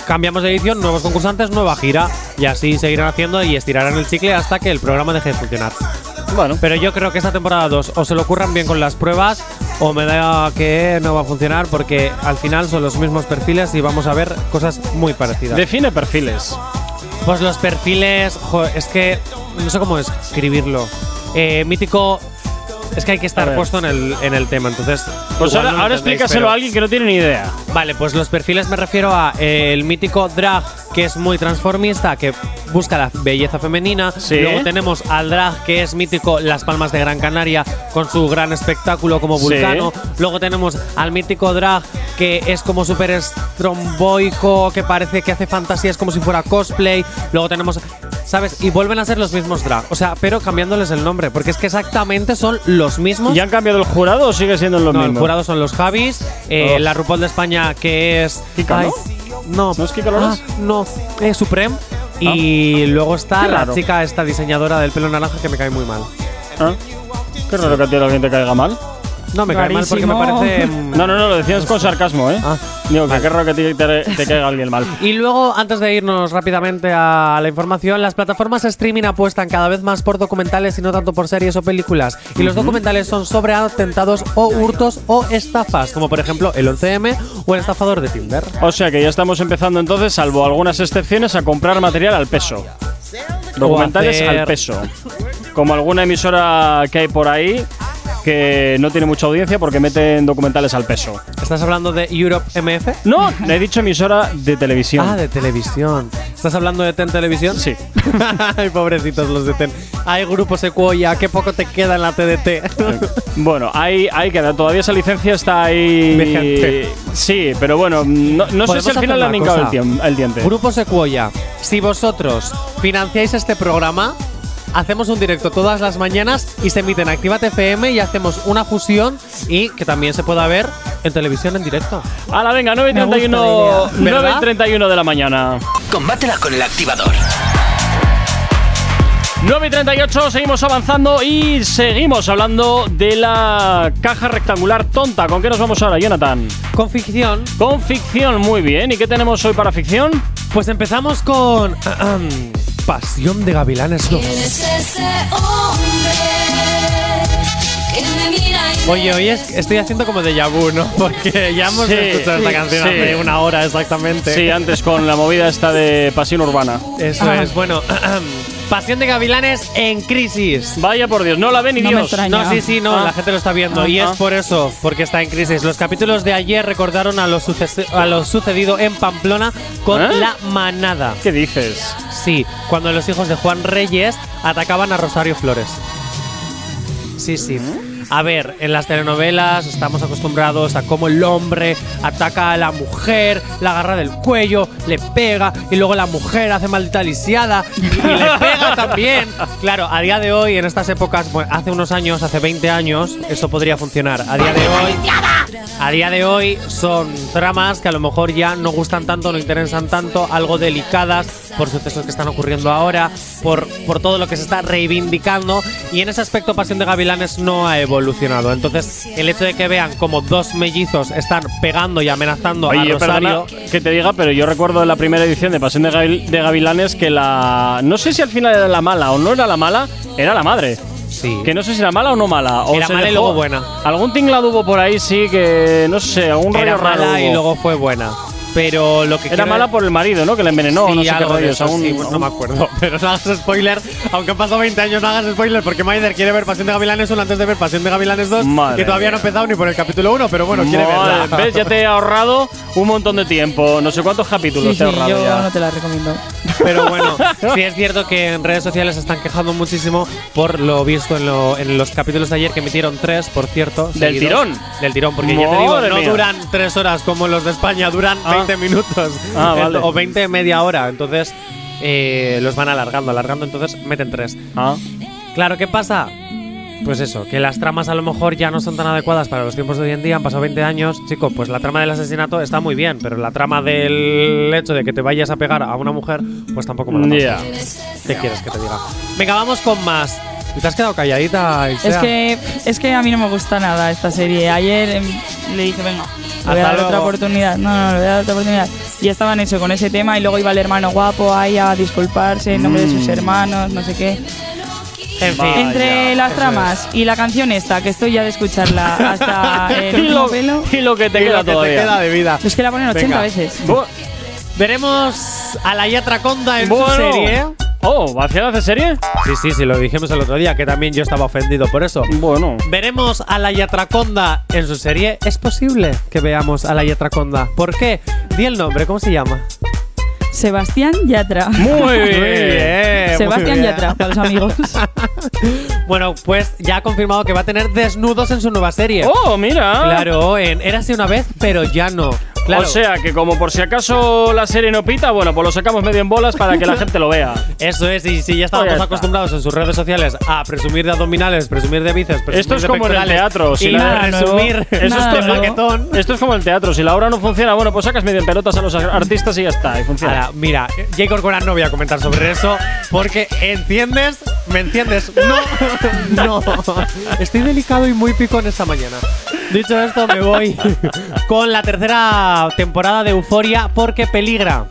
[SPEAKER 3] Cambiamos de edición, nuevos concursantes, nueva gira. Y así seguirán haciendo y estirarán el chicle hasta que el programa deje de funcionar.
[SPEAKER 2] Bueno,
[SPEAKER 3] Pero yo creo que esta temporada 2 o se lo ocurran bien con las pruebas o me da que no va a funcionar porque al final son los mismos perfiles y vamos a ver cosas muy parecidas.
[SPEAKER 2] define perfiles.
[SPEAKER 3] Pues los perfiles, jo, es que no sé cómo escribirlo. Eh, mítico, es que hay que
[SPEAKER 2] A
[SPEAKER 3] estar
[SPEAKER 2] ver.
[SPEAKER 3] puesto en el, en el tema, entonces...
[SPEAKER 2] Pues
[SPEAKER 3] igual
[SPEAKER 2] ahora,
[SPEAKER 3] no
[SPEAKER 2] ahora
[SPEAKER 3] entendéis,
[SPEAKER 2] explícaselo
[SPEAKER 3] pero-
[SPEAKER 2] a alguien que no tiene ni idea.
[SPEAKER 3] Vale, pues los perfiles me refiero a eh, el mítico drag que es muy transformista, que busca la belleza femenina.
[SPEAKER 2] Sí.
[SPEAKER 3] Luego tenemos al drag que es mítico Las Palmas de Gran Canaria con su gran espectáculo como
[SPEAKER 2] Sí.
[SPEAKER 3] vulcano. Luego tenemos al mítico drag que es como súper estromboico, que parece que hace fantasías como si fuera cosplay. Luego tenemos, ¿sabes? Y vuelven a ser los mismos drag. O sea, pero cambiándoles el nombre, porque es que exactamente son los mismos.
[SPEAKER 2] ¿Y han cambiado el jurado o sigue siendo los
[SPEAKER 3] No, el
[SPEAKER 2] mismos?
[SPEAKER 3] jurado son los Javis, eh,
[SPEAKER 2] Oh.
[SPEAKER 3] la RuPaul de España que es.
[SPEAKER 2] Kika, ¿no?
[SPEAKER 3] no,
[SPEAKER 2] ¿No es Kika Loras?
[SPEAKER 3] Ah, no, es Supreme. Y luego está
[SPEAKER 2] Qué
[SPEAKER 3] la
[SPEAKER 2] raro.
[SPEAKER 3] chica, esta diseñadora del pelo naranja que me cae muy mal.
[SPEAKER 2] ¿Ah? Qué raro que a ti alguien te caiga mal.
[SPEAKER 3] No, me cae mal porque me
[SPEAKER 4] Rarísimo.
[SPEAKER 3] parece. mm,
[SPEAKER 2] No, no, no, lo decías con sarcasmo, ¿eh?
[SPEAKER 3] Ah,
[SPEAKER 2] Digo, que qué raro que a ti te, te caiga alguien mal.
[SPEAKER 3] Y luego, antes de irnos rápidamente a la información, las plataformas streaming apuestan cada vez más por documentales y no tanto por series o películas. Y los documentales son sobre atentados o hurtos o estafas, como por ejemplo el 11M o el estafador de Tinder.
[SPEAKER 2] O sea que ya estamos empezando entonces, salvo algunas excepciones, a comprar material al peso. Documentales
[SPEAKER 3] hacer-
[SPEAKER 2] al peso. Como alguna emisora que hay por ahí, que no tiene mucha audiencia porque meten documentales al peso.
[SPEAKER 3] ¿Estás hablando de Europe MF?
[SPEAKER 2] No, le he dicho emisora de televisión.
[SPEAKER 3] Ah, de televisión. ¿Estás hablando de TEN Televisión?
[SPEAKER 2] Sí.
[SPEAKER 3] Ay, pobrecitos los de TEN. Ay, grupo Secuoya, qué poco te queda en la TDT.
[SPEAKER 2] Bueno, ahí, ahí queda. Todavía esa licencia está ahí.
[SPEAKER 3] Vigente.
[SPEAKER 2] Sí, pero bueno, no, no sé
[SPEAKER 3] ¿Podemos
[SPEAKER 2] si al final
[SPEAKER 3] hacer
[SPEAKER 2] le han
[SPEAKER 3] una
[SPEAKER 2] hincado el,
[SPEAKER 3] cosa?
[SPEAKER 2] tiem- el diente.
[SPEAKER 3] grupo Secuoya, si vosotros financiáis este programa, hacemos un directo todas las mañanas y se emite en Actívate FM y hacemos una fusión y que también se pueda ver en televisión en directo.
[SPEAKER 2] Ahora venga, 9 y
[SPEAKER 3] Me gusta la
[SPEAKER 2] 31,
[SPEAKER 3] idea.
[SPEAKER 2] 9 y
[SPEAKER 3] ¿Verdad?
[SPEAKER 2] 31 de la mañana.
[SPEAKER 1] Combátela con el activador.
[SPEAKER 2] 9 y 38, seguimos avanzando y seguimos hablando de la caja rectangular tonta. ¿Con qué nos vamos ahora, Jonathan?
[SPEAKER 3] Con ficción,
[SPEAKER 2] Con ficción, muy bien. ¿Y qué tenemos hoy para ficción?
[SPEAKER 3] pues empezamos con Pasión de Gavilanes 2. Oye, hoy es- estoy haciendo como de vu, ¿no? Porque ya hemos
[SPEAKER 2] Sí,
[SPEAKER 3] escuchado esta
[SPEAKER 2] sí,
[SPEAKER 3] canción
[SPEAKER 2] sí.
[SPEAKER 3] hace una hora exactamente.
[SPEAKER 2] Sí, antes con la movida esta de pasión urbana.
[SPEAKER 3] Eso
[SPEAKER 2] Ah.
[SPEAKER 3] es, bueno. Pasión de Gavilanes en crisis.
[SPEAKER 2] Vaya por Dios, no la ve ni
[SPEAKER 4] No me
[SPEAKER 2] Dios.
[SPEAKER 4] extraña.
[SPEAKER 3] No, sí, sí, no,
[SPEAKER 2] Ah.
[SPEAKER 3] la gente lo está viendo. y
[SPEAKER 2] Ah.
[SPEAKER 3] es por eso, porque está en crisis. Los capítulos de ayer recordaron a lo, sucesi- a lo sucedido en Pamplona con
[SPEAKER 2] ¿Eh?
[SPEAKER 3] la manada.
[SPEAKER 2] ¿Qué dices?
[SPEAKER 3] Sí, cuando los hijos de Juan Reyes atacaban a Rosario Flores. Sí, sí. A ver, en las telenovelas estamos acostumbrados a cómo el hombre ataca a la mujer, la agarra del cuello, le pega y luego la mujer hace maldita lisiada y le pega también. Claro, a día de hoy, en estas épocas, bueno, hace unos años, hace 20 años, eso podría funcionar. A día de hoy, a día de hoy son tramas que a lo mejor ya no gustan tanto, no interesan tanto, algo delicadas por sucesos que están ocurriendo ahora, por, por todo lo que se está reivindicando. Y en ese aspecto, Pasión de Gavilanes no ha evolucionado. Entonces, el hecho de que vean como dos mellizos están pegando y amenazando
[SPEAKER 2] Oye,
[SPEAKER 3] a Rosario.
[SPEAKER 2] perdona que te diga, pero yo recuerdo en la primera edición de Pasión de, Gavil- de Gavilanes que la. No sé si al final era la mala o no era la mala, era la madre.
[SPEAKER 3] Sí.
[SPEAKER 2] Que no sé si era mala o no mala. O
[SPEAKER 3] Era
[SPEAKER 2] se
[SPEAKER 3] mala y
[SPEAKER 2] dejó-
[SPEAKER 3] luego buena.
[SPEAKER 2] Algún tinglado hubo por ahí, sí, que no sé, algún
[SPEAKER 3] era
[SPEAKER 2] rollo raro.
[SPEAKER 3] mala y
[SPEAKER 2] hubo.
[SPEAKER 3] luego fue buena. Pero lo que
[SPEAKER 2] Era
[SPEAKER 3] quiero-
[SPEAKER 2] mala por el marido, ¿no? Que le envenenó,
[SPEAKER 3] Sí,
[SPEAKER 2] no sé qué
[SPEAKER 3] algo de
[SPEAKER 2] rollos.
[SPEAKER 3] eso,
[SPEAKER 2] aún-
[SPEAKER 3] sí, bueno, no
[SPEAKER 2] aún-
[SPEAKER 3] me acuerdo. Pero no hagas spoiler. Aunque han pasado 20 años, no hagas spoiler. Porque Maider quiere ver Pasión de Gavilanes 1 antes de ver Pasión de Gavilanes 2.
[SPEAKER 2] Madre
[SPEAKER 3] que todavía
[SPEAKER 2] mía.
[SPEAKER 3] no ha empezado ni por el capítulo 1, pero bueno, quiere
[SPEAKER 2] Madre,
[SPEAKER 3] verla.
[SPEAKER 2] ¿Ves? Ya te he ahorrado un montón de tiempo. No sé cuántos capítulos
[SPEAKER 4] Sí,
[SPEAKER 2] te he
[SPEAKER 4] sí,
[SPEAKER 2] ahorrado
[SPEAKER 4] yo
[SPEAKER 2] ya.
[SPEAKER 4] no te la recomiendo.
[SPEAKER 3] Pero bueno, sí es cierto que en redes sociales se están quejando muchísimo por lo visto en, lo- en los capítulos de ayer, que emitieron tres, por cierto.
[SPEAKER 2] ¿Del tirón?
[SPEAKER 3] Del tirón, porque ya te digo,
[SPEAKER 2] Madre
[SPEAKER 3] no
[SPEAKER 2] mía.
[SPEAKER 3] duran tres horas como los de España, duran
[SPEAKER 2] Ah.
[SPEAKER 3] 20 minutos
[SPEAKER 2] Ah,
[SPEAKER 3] Ent-
[SPEAKER 2] vale.
[SPEAKER 3] o 20 media hora. Entonces eh, los van alargando, alargando, entonces meten tres.
[SPEAKER 2] Ah.
[SPEAKER 3] Claro, ¿qué pasa? Pues eso, que las tramas a lo mejor ya no son tan adecuadas para los tiempos de hoy en día, han pasado 20 años, chico, pues la trama del asesinato está muy bien, pero la trama del hecho de que te vayas a pegar a una mujer, pues tampoco me lo
[SPEAKER 2] Ya.
[SPEAKER 3] ¿Qué quieres que te diga? Venga, vamos con más. Y te has quedado calladita,
[SPEAKER 4] Es
[SPEAKER 3] Ixea.
[SPEAKER 4] que, es que a mí no me gusta nada esta serie. Ayer em, le dije, venga, le voy
[SPEAKER 3] Hasta
[SPEAKER 4] a dar otra
[SPEAKER 3] luego.
[SPEAKER 4] oportunidad. No, no, le voy a dar otra oportunidad. Y estaban eso, con ese tema. Y luego iba el hermano guapo ahí a disculparse en nombre de sus hermanos, no sé qué.
[SPEAKER 3] Mm. En fin.
[SPEAKER 4] Entre las
[SPEAKER 3] eso
[SPEAKER 4] tramas y la canción esta, que estoy ya de escucharla hasta el
[SPEAKER 2] y,
[SPEAKER 4] último
[SPEAKER 2] lo,
[SPEAKER 4] pelo.
[SPEAKER 2] y lo que te
[SPEAKER 3] Y
[SPEAKER 2] queda
[SPEAKER 3] lo que te
[SPEAKER 2] todavía.
[SPEAKER 3] queda de vida.
[SPEAKER 4] Es que la ponen 80
[SPEAKER 3] Venga.
[SPEAKER 4] veces.
[SPEAKER 2] Bu-
[SPEAKER 3] Veremos a la Yatra Conda en
[SPEAKER 2] bueno.
[SPEAKER 3] su serie.
[SPEAKER 2] Oh, ¿Bacial hace serie?
[SPEAKER 3] Sí, sí, sí, lo dijimos el otro día, que también yo estaba ofendido por eso.
[SPEAKER 2] Bueno.
[SPEAKER 3] ¿Veremos a la Yatraconda en su serie? Es posible que veamos a la Yatraconda. ¿Por qué? Di el nombre, ¿cómo se llama?
[SPEAKER 4] Sebastián Yatra.
[SPEAKER 2] Muy bien.
[SPEAKER 4] Sebastián
[SPEAKER 3] muy bien.
[SPEAKER 4] Yatra, para los amigos.
[SPEAKER 3] Bueno, pues ya ha confirmado que va a tener desnudos en su nueva serie.
[SPEAKER 2] Oh, mira.
[SPEAKER 3] Claro, en Érase una vez, pero ya no. Claro.
[SPEAKER 2] O sea que como por si acaso la serie no pita, bueno, pues lo sacamos medio en bolas para que la gente lo vea.
[SPEAKER 3] Eso es, y si ya
[SPEAKER 2] Pues ya
[SPEAKER 3] estábamos
[SPEAKER 2] está.
[SPEAKER 3] acostumbrados en sus redes sociales a presumir de abdominales, presumir de bíceps, presumir
[SPEAKER 2] Esto es
[SPEAKER 3] de
[SPEAKER 2] como en el
[SPEAKER 3] pectorales
[SPEAKER 2] teatro, si
[SPEAKER 3] y
[SPEAKER 2] la-
[SPEAKER 3] presumir
[SPEAKER 2] Eso
[SPEAKER 4] es
[SPEAKER 3] de
[SPEAKER 4] todo.
[SPEAKER 3] paquetón.
[SPEAKER 2] Esto es como el teatro, si la obra no funciona, bueno, pues sacas medio en pelotas a los ar- artistas y ya está, y funciona.
[SPEAKER 3] Ahora, mira, J. Corcoran no voy a comentar sobre eso porque entiendes, me entiendes. No, no. Estoy delicado y muy picón esta mañana. Dicho esto, me voy con la tercera temporada de Euforia porque peligra.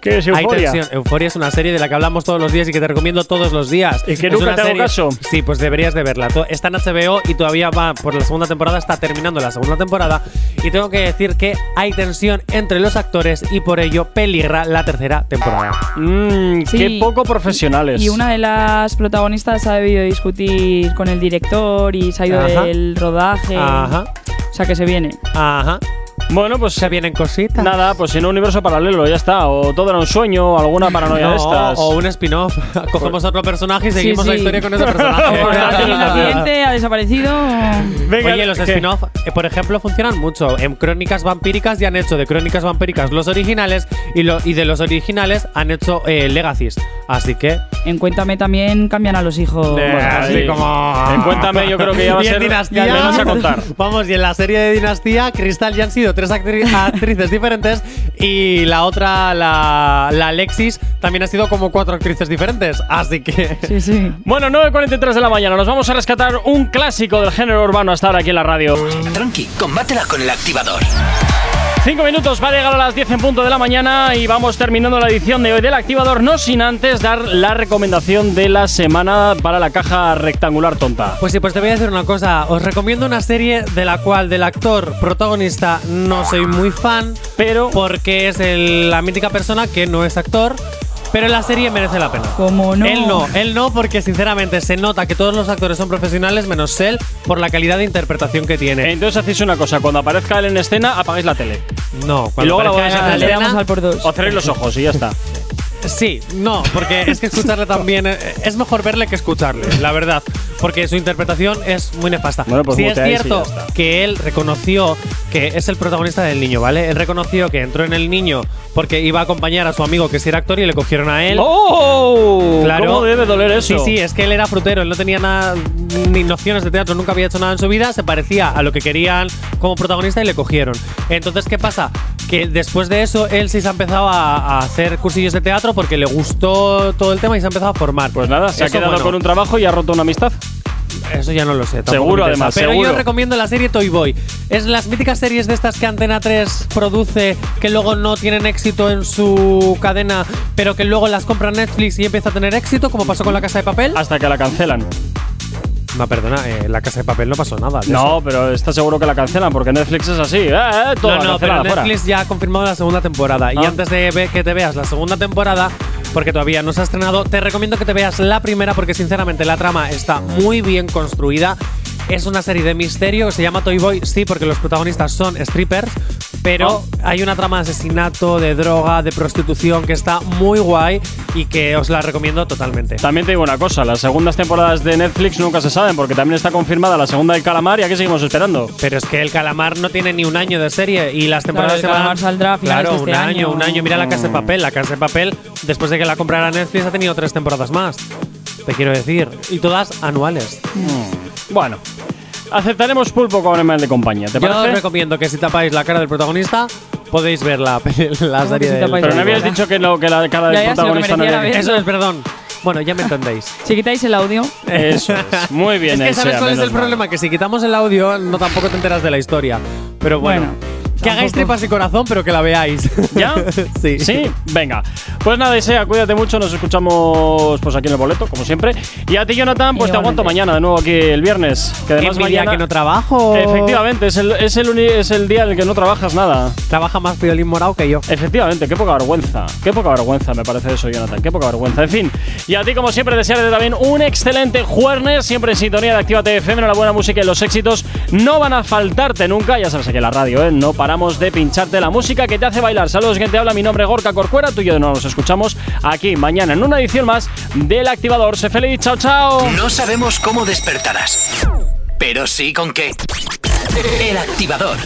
[SPEAKER 2] ¿Qué es
[SPEAKER 3] Hay
[SPEAKER 2] euforia?
[SPEAKER 3] tensión. Euforia es una serie de la que hablamos todos los días y que te recomiendo todos los días.
[SPEAKER 2] Y que
[SPEAKER 3] Es
[SPEAKER 2] nunca
[SPEAKER 3] una
[SPEAKER 2] te hago
[SPEAKER 3] serie-
[SPEAKER 2] caso.
[SPEAKER 3] Sí, pues deberías de verla. To- Está en HBO y todavía va por la segunda temporada, está terminando la segunda temporada. Y tengo que decir que hay tensión entre los actores y por ello peligra la tercera temporada.
[SPEAKER 2] Mm,
[SPEAKER 4] Sí.
[SPEAKER 2] Qué poco profesionales.
[SPEAKER 4] Y una de las protagonistas ha debido discutir con el director y se ha ido
[SPEAKER 3] Ajá.
[SPEAKER 4] del rodaje.
[SPEAKER 3] Ajá,
[SPEAKER 4] O sea que se viene.
[SPEAKER 3] ajá.
[SPEAKER 2] Bueno, pues
[SPEAKER 3] Se vienen cositas.
[SPEAKER 2] nada, pues en un universo paralelo, ya está. O todo era un sueño, o alguna paranoia
[SPEAKER 3] No,
[SPEAKER 2] de estas.
[SPEAKER 3] o un spin-off. Cogemos otro personaje y
[SPEAKER 4] Sí,
[SPEAKER 3] seguimos la
[SPEAKER 4] sí.
[SPEAKER 3] historia con ese
[SPEAKER 4] ¿Ha tenido un
[SPEAKER 3] personaje.
[SPEAKER 4] accidente? ¿Ha desaparecido? o-
[SPEAKER 2] Venga,
[SPEAKER 3] Oye, los
[SPEAKER 2] ¿qué?
[SPEAKER 3] spin-off, eh, por ejemplo, funcionan mucho. En Crónicas Vampíricas ya han hecho de Crónicas Vampíricas los originales y, lo- y de los originales han hecho eh, Legacies. Así que.
[SPEAKER 4] En Cuéntame también cambian a los hijos.
[SPEAKER 2] Eh,
[SPEAKER 4] Bueno,
[SPEAKER 2] sí. En Cuéntame, yo creo que ya va a
[SPEAKER 3] Y en
[SPEAKER 2] ser-
[SPEAKER 3] Dinastía-
[SPEAKER 2] me vas a contar.
[SPEAKER 3] Vamos, y en la serie de Dinastía, Cristal ya han sido tres actri- actrices diferentes y la otra, la, la Alexis, también ha sido como cuatro actrices diferentes. Así que.
[SPEAKER 4] Sí, sí.
[SPEAKER 2] Bueno, 9.43 de la mañana, nos vamos a rescatar un clásico del género urbano hasta ahora aquí en la radio.
[SPEAKER 1] Tranqui, combátela con el activador.
[SPEAKER 2] Cinco minutos va a llegar a las 10 en punto de la mañana y vamos terminando la edición de hoy del activador, no sin antes dar la recomendación de la semana para la caja rectangular tonta.
[SPEAKER 3] Pues sí, pues te voy a decir una cosa. Os recomiendo una serie de la cual del actor protagonista no soy muy fan,
[SPEAKER 2] Pero
[SPEAKER 3] porque es el- la mítica persona que no es actor, pero la serie merece la pena.
[SPEAKER 4] Como no.
[SPEAKER 3] Él no, él no, porque sinceramente se nota que todos los actores son profesionales menos él por la calidad de interpretación que tiene.
[SPEAKER 2] entonces hacéis una cosa, cuando aparezca él en escena, apagáis la tele.
[SPEAKER 3] No,
[SPEAKER 2] Y luego la
[SPEAKER 3] aparezca
[SPEAKER 2] vais
[SPEAKER 3] en
[SPEAKER 2] a hacer
[SPEAKER 4] Le damos
[SPEAKER 3] escena-
[SPEAKER 4] al por dos.
[SPEAKER 2] O cerréis los ojos y ya está.
[SPEAKER 3] Sí, no, porque es que escucharle también eh, es mejor verle que escucharle, la verdad, porque su interpretación es muy nefasta.
[SPEAKER 2] Bueno, pues
[SPEAKER 3] sí es
[SPEAKER 2] muteáis y
[SPEAKER 3] cierto
[SPEAKER 2] ya está.
[SPEAKER 3] que él reconoció que es el protagonista del niño, ¿vale? Él reconoció que entró en el niño porque iba a acompañar a su amigo que sí era actor y le cogieron a él.
[SPEAKER 2] ¡Oh!
[SPEAKER 3] Claro.
[SPEAKER 2] ¿Cómo debe doler eso?
[SPEAKER 3] Sí, sí, es que él era frutero, él no tenía nada, ni nociones de teatro, nunca había hecho nada en su vida, se parecía a lo que querían como protagonista y le cogieron. Entonces, ¿qué pasa? Que después de eso, él sí se ha empezado a, a hacer cursillos de teatro porque le gustó todo el tema y se ha empezado a formar.
[SPEAKER 2] Pues nada, se ha
[SPEAKER 3] Eso,
[SPEAKER 2] quedado
[SPEAKER 3] bueno,
[SPEAKER 2] con un trabajo y ha roto una amistad.
[SPEAKER 3] Eso ya no lo sé. tampoco
[SPEAKER 2] Seguro,
[SPEAKER 3] me interesa.
[SPEAKER 2] además,
[SPEAKER 3] Pero
[SPEAKER 2] seguro.
[SPEAKER 3] yo recomiendo la serie Toy Boy. Es las míticas series de estas que Antena 3 produce, que luego no tienen éxito en su cadena, pero que luego las compra Netflix y empieza a tener éxito, como pasó con La Casa de Papel.
[SPEAKER 2] Hasta que la cancelan.
[SPEAKER 3] No, perdona, eh, la casa de papel no pasó nada. de eso.
[SPEAKER 2] No, pero está seguro que la cancelan porque Netflix es así. Eh, eh, todo
[SPEAKER 3] no,
[SPEAKER 2] la
[SPEAKER 3] no,
[SPEAKER 2] cancelan
[SPEAKER 3] pero
[SPEAKER 2] afuera.
[SPEAKER 3] Netflix ya ha confirmado la segunda temporada. Y
[SPEAKER 2] Ah.
[SPEAKER 3] antes de ve- que te veas la segunda temporada, porque todavía no se ha estrenado, te recomiendo que te veas la primera porque sinceramente la trama está muy bien construida. Es una serie de misterio que se llama Toy Boy, sí, porque los protagonistas son strippers, pero hay una trama de asesinato, de droga, de prostitución que está muy guay y que os la recomiendo totalmente.
[SPEAKER 2] También te digo una cosa, las segundas temporadas de Netflix nunca se saben porque también está confirmada la segunda del calamar y aquí seguimos esperando.
[SPEAKER 3] Pero es que el calamar no tiene ni un año de serie y las
[SPEAKER 4] Claro,
[SPEAKER 3] temporadas
[SPEAKER 4] el
[SPEAKER 3] se van.
[SPEAKER 4] Calamar saldrá a finales
[SPEAKER 3] claro,
[SPEAKER 4] de este
[SPEAKER 3] un año,
[SPEAKER 4] año.
[SPEAKER 3] un año. Mira la
[SPEAKER 2] Mm.
[SPEAKER 3] casa de papel, la casa de papel. Después de que la comprara Netflix ha tenido tres temporadas más. Te quiero decir y todas anuales.
[SPEAKER 2] Bueno, aceptaremos pulpo con animal de compañía, ¿te
[SPEAKER 3] Yo os
[SPEAKER 2] parece?
[SPEAKER 3] recomiendo que si tapáis la cara del protagonista podéis ver la, la
[SPEAKER 4] que
[SPEAKER 3] serie
[SPEAKER 4] si
[SPEAKER 3] del-
[SPEAKER 4] tapáis
[SPEAKER 2] Pero no
[SPEAKER 4] la
[SPEAKER 2] habías
[SPEAKER 4] cara?
[SPEAKER 2] dicho que no, que la cara
[SPEAKER 4] Ya,
[SPEAKER 2] del
[SPEAKER 4] ya, se lo
[SPEAKER 2] protagonista no
[SPEAKER 4] merecía
[SPEAKER 2] había
[SPEAKER 4] la
[SPEAKER 3] Eso es, perdón. Bueno, ya me entendéis.
[SPEAKER 4] Si quitáis el audio,
[SPEAKER 2] que- Eso es. Muy bien,
[SPEAKER 3] es que
[SPEAKER 2] Elsea,
[SPEAKER 3] sabes cuál es
[SPEAKER 2] menos
[SPEAKER 3] el
[SPEAKER 2] mal.
[SPEAKER 3] problema que si quitamos el audio no tampoco te enteras de la historia. Pero bueno,
[SPEAKER 4] Bueno,
[SPEAKER 3] que hagáis
[SPEAKER 4] tampoco.
[SPEAKER 3] tripas y corazón, pero que la veáis.
[SPEAKER 2] ¿Ya?
[SPEAKER 3] sí.
[SPEAKER 2] Sí, venga. Pues nada, Isea, cuídate mucho. Nos escuchamos pues aquí en el boleto, como siempre. Y a ti, Jonathan, pues te aguanto
[SPEAKER 4] Igualmente.
[SPEAKER 2] mañana de nuevo aquí el viernes. Que además
[SPEAKER 3] Envidia
[SPEAKER 2] mañana.
[SPEAKER 3] que no trabajo.
[SPEAKER 2] Efectivamente, es el, es, el uni- es el día en el que no trabajas nada.
[SPEAKER 3] Trabaja más Piolín Morao que yo.
[SPEAKER 2] Efectivamente, qué poca vergüenza. Qué poca vergüenza me parece eso, Jonathan. Qué poca vergüenza. En fin, y a ti, como siempre, desearte también un excelente jueves. Siempre en sintonía de Actívate FM. La buena música y los éxitos no van a faltarte nunca. Ya sabes que la radio, ¿eh? No paramos de pincharte la música que te hace bailar. Saludos, gente. Habla mi nombre, es Gorka Corcuera. Tú y yo nos escuchamos aquí mañana en una edición más del Activador. Se feliz. Chao, chao.
[SPEAKER 1] No sabemos cómo despertarás, pero sí con qué. El activador.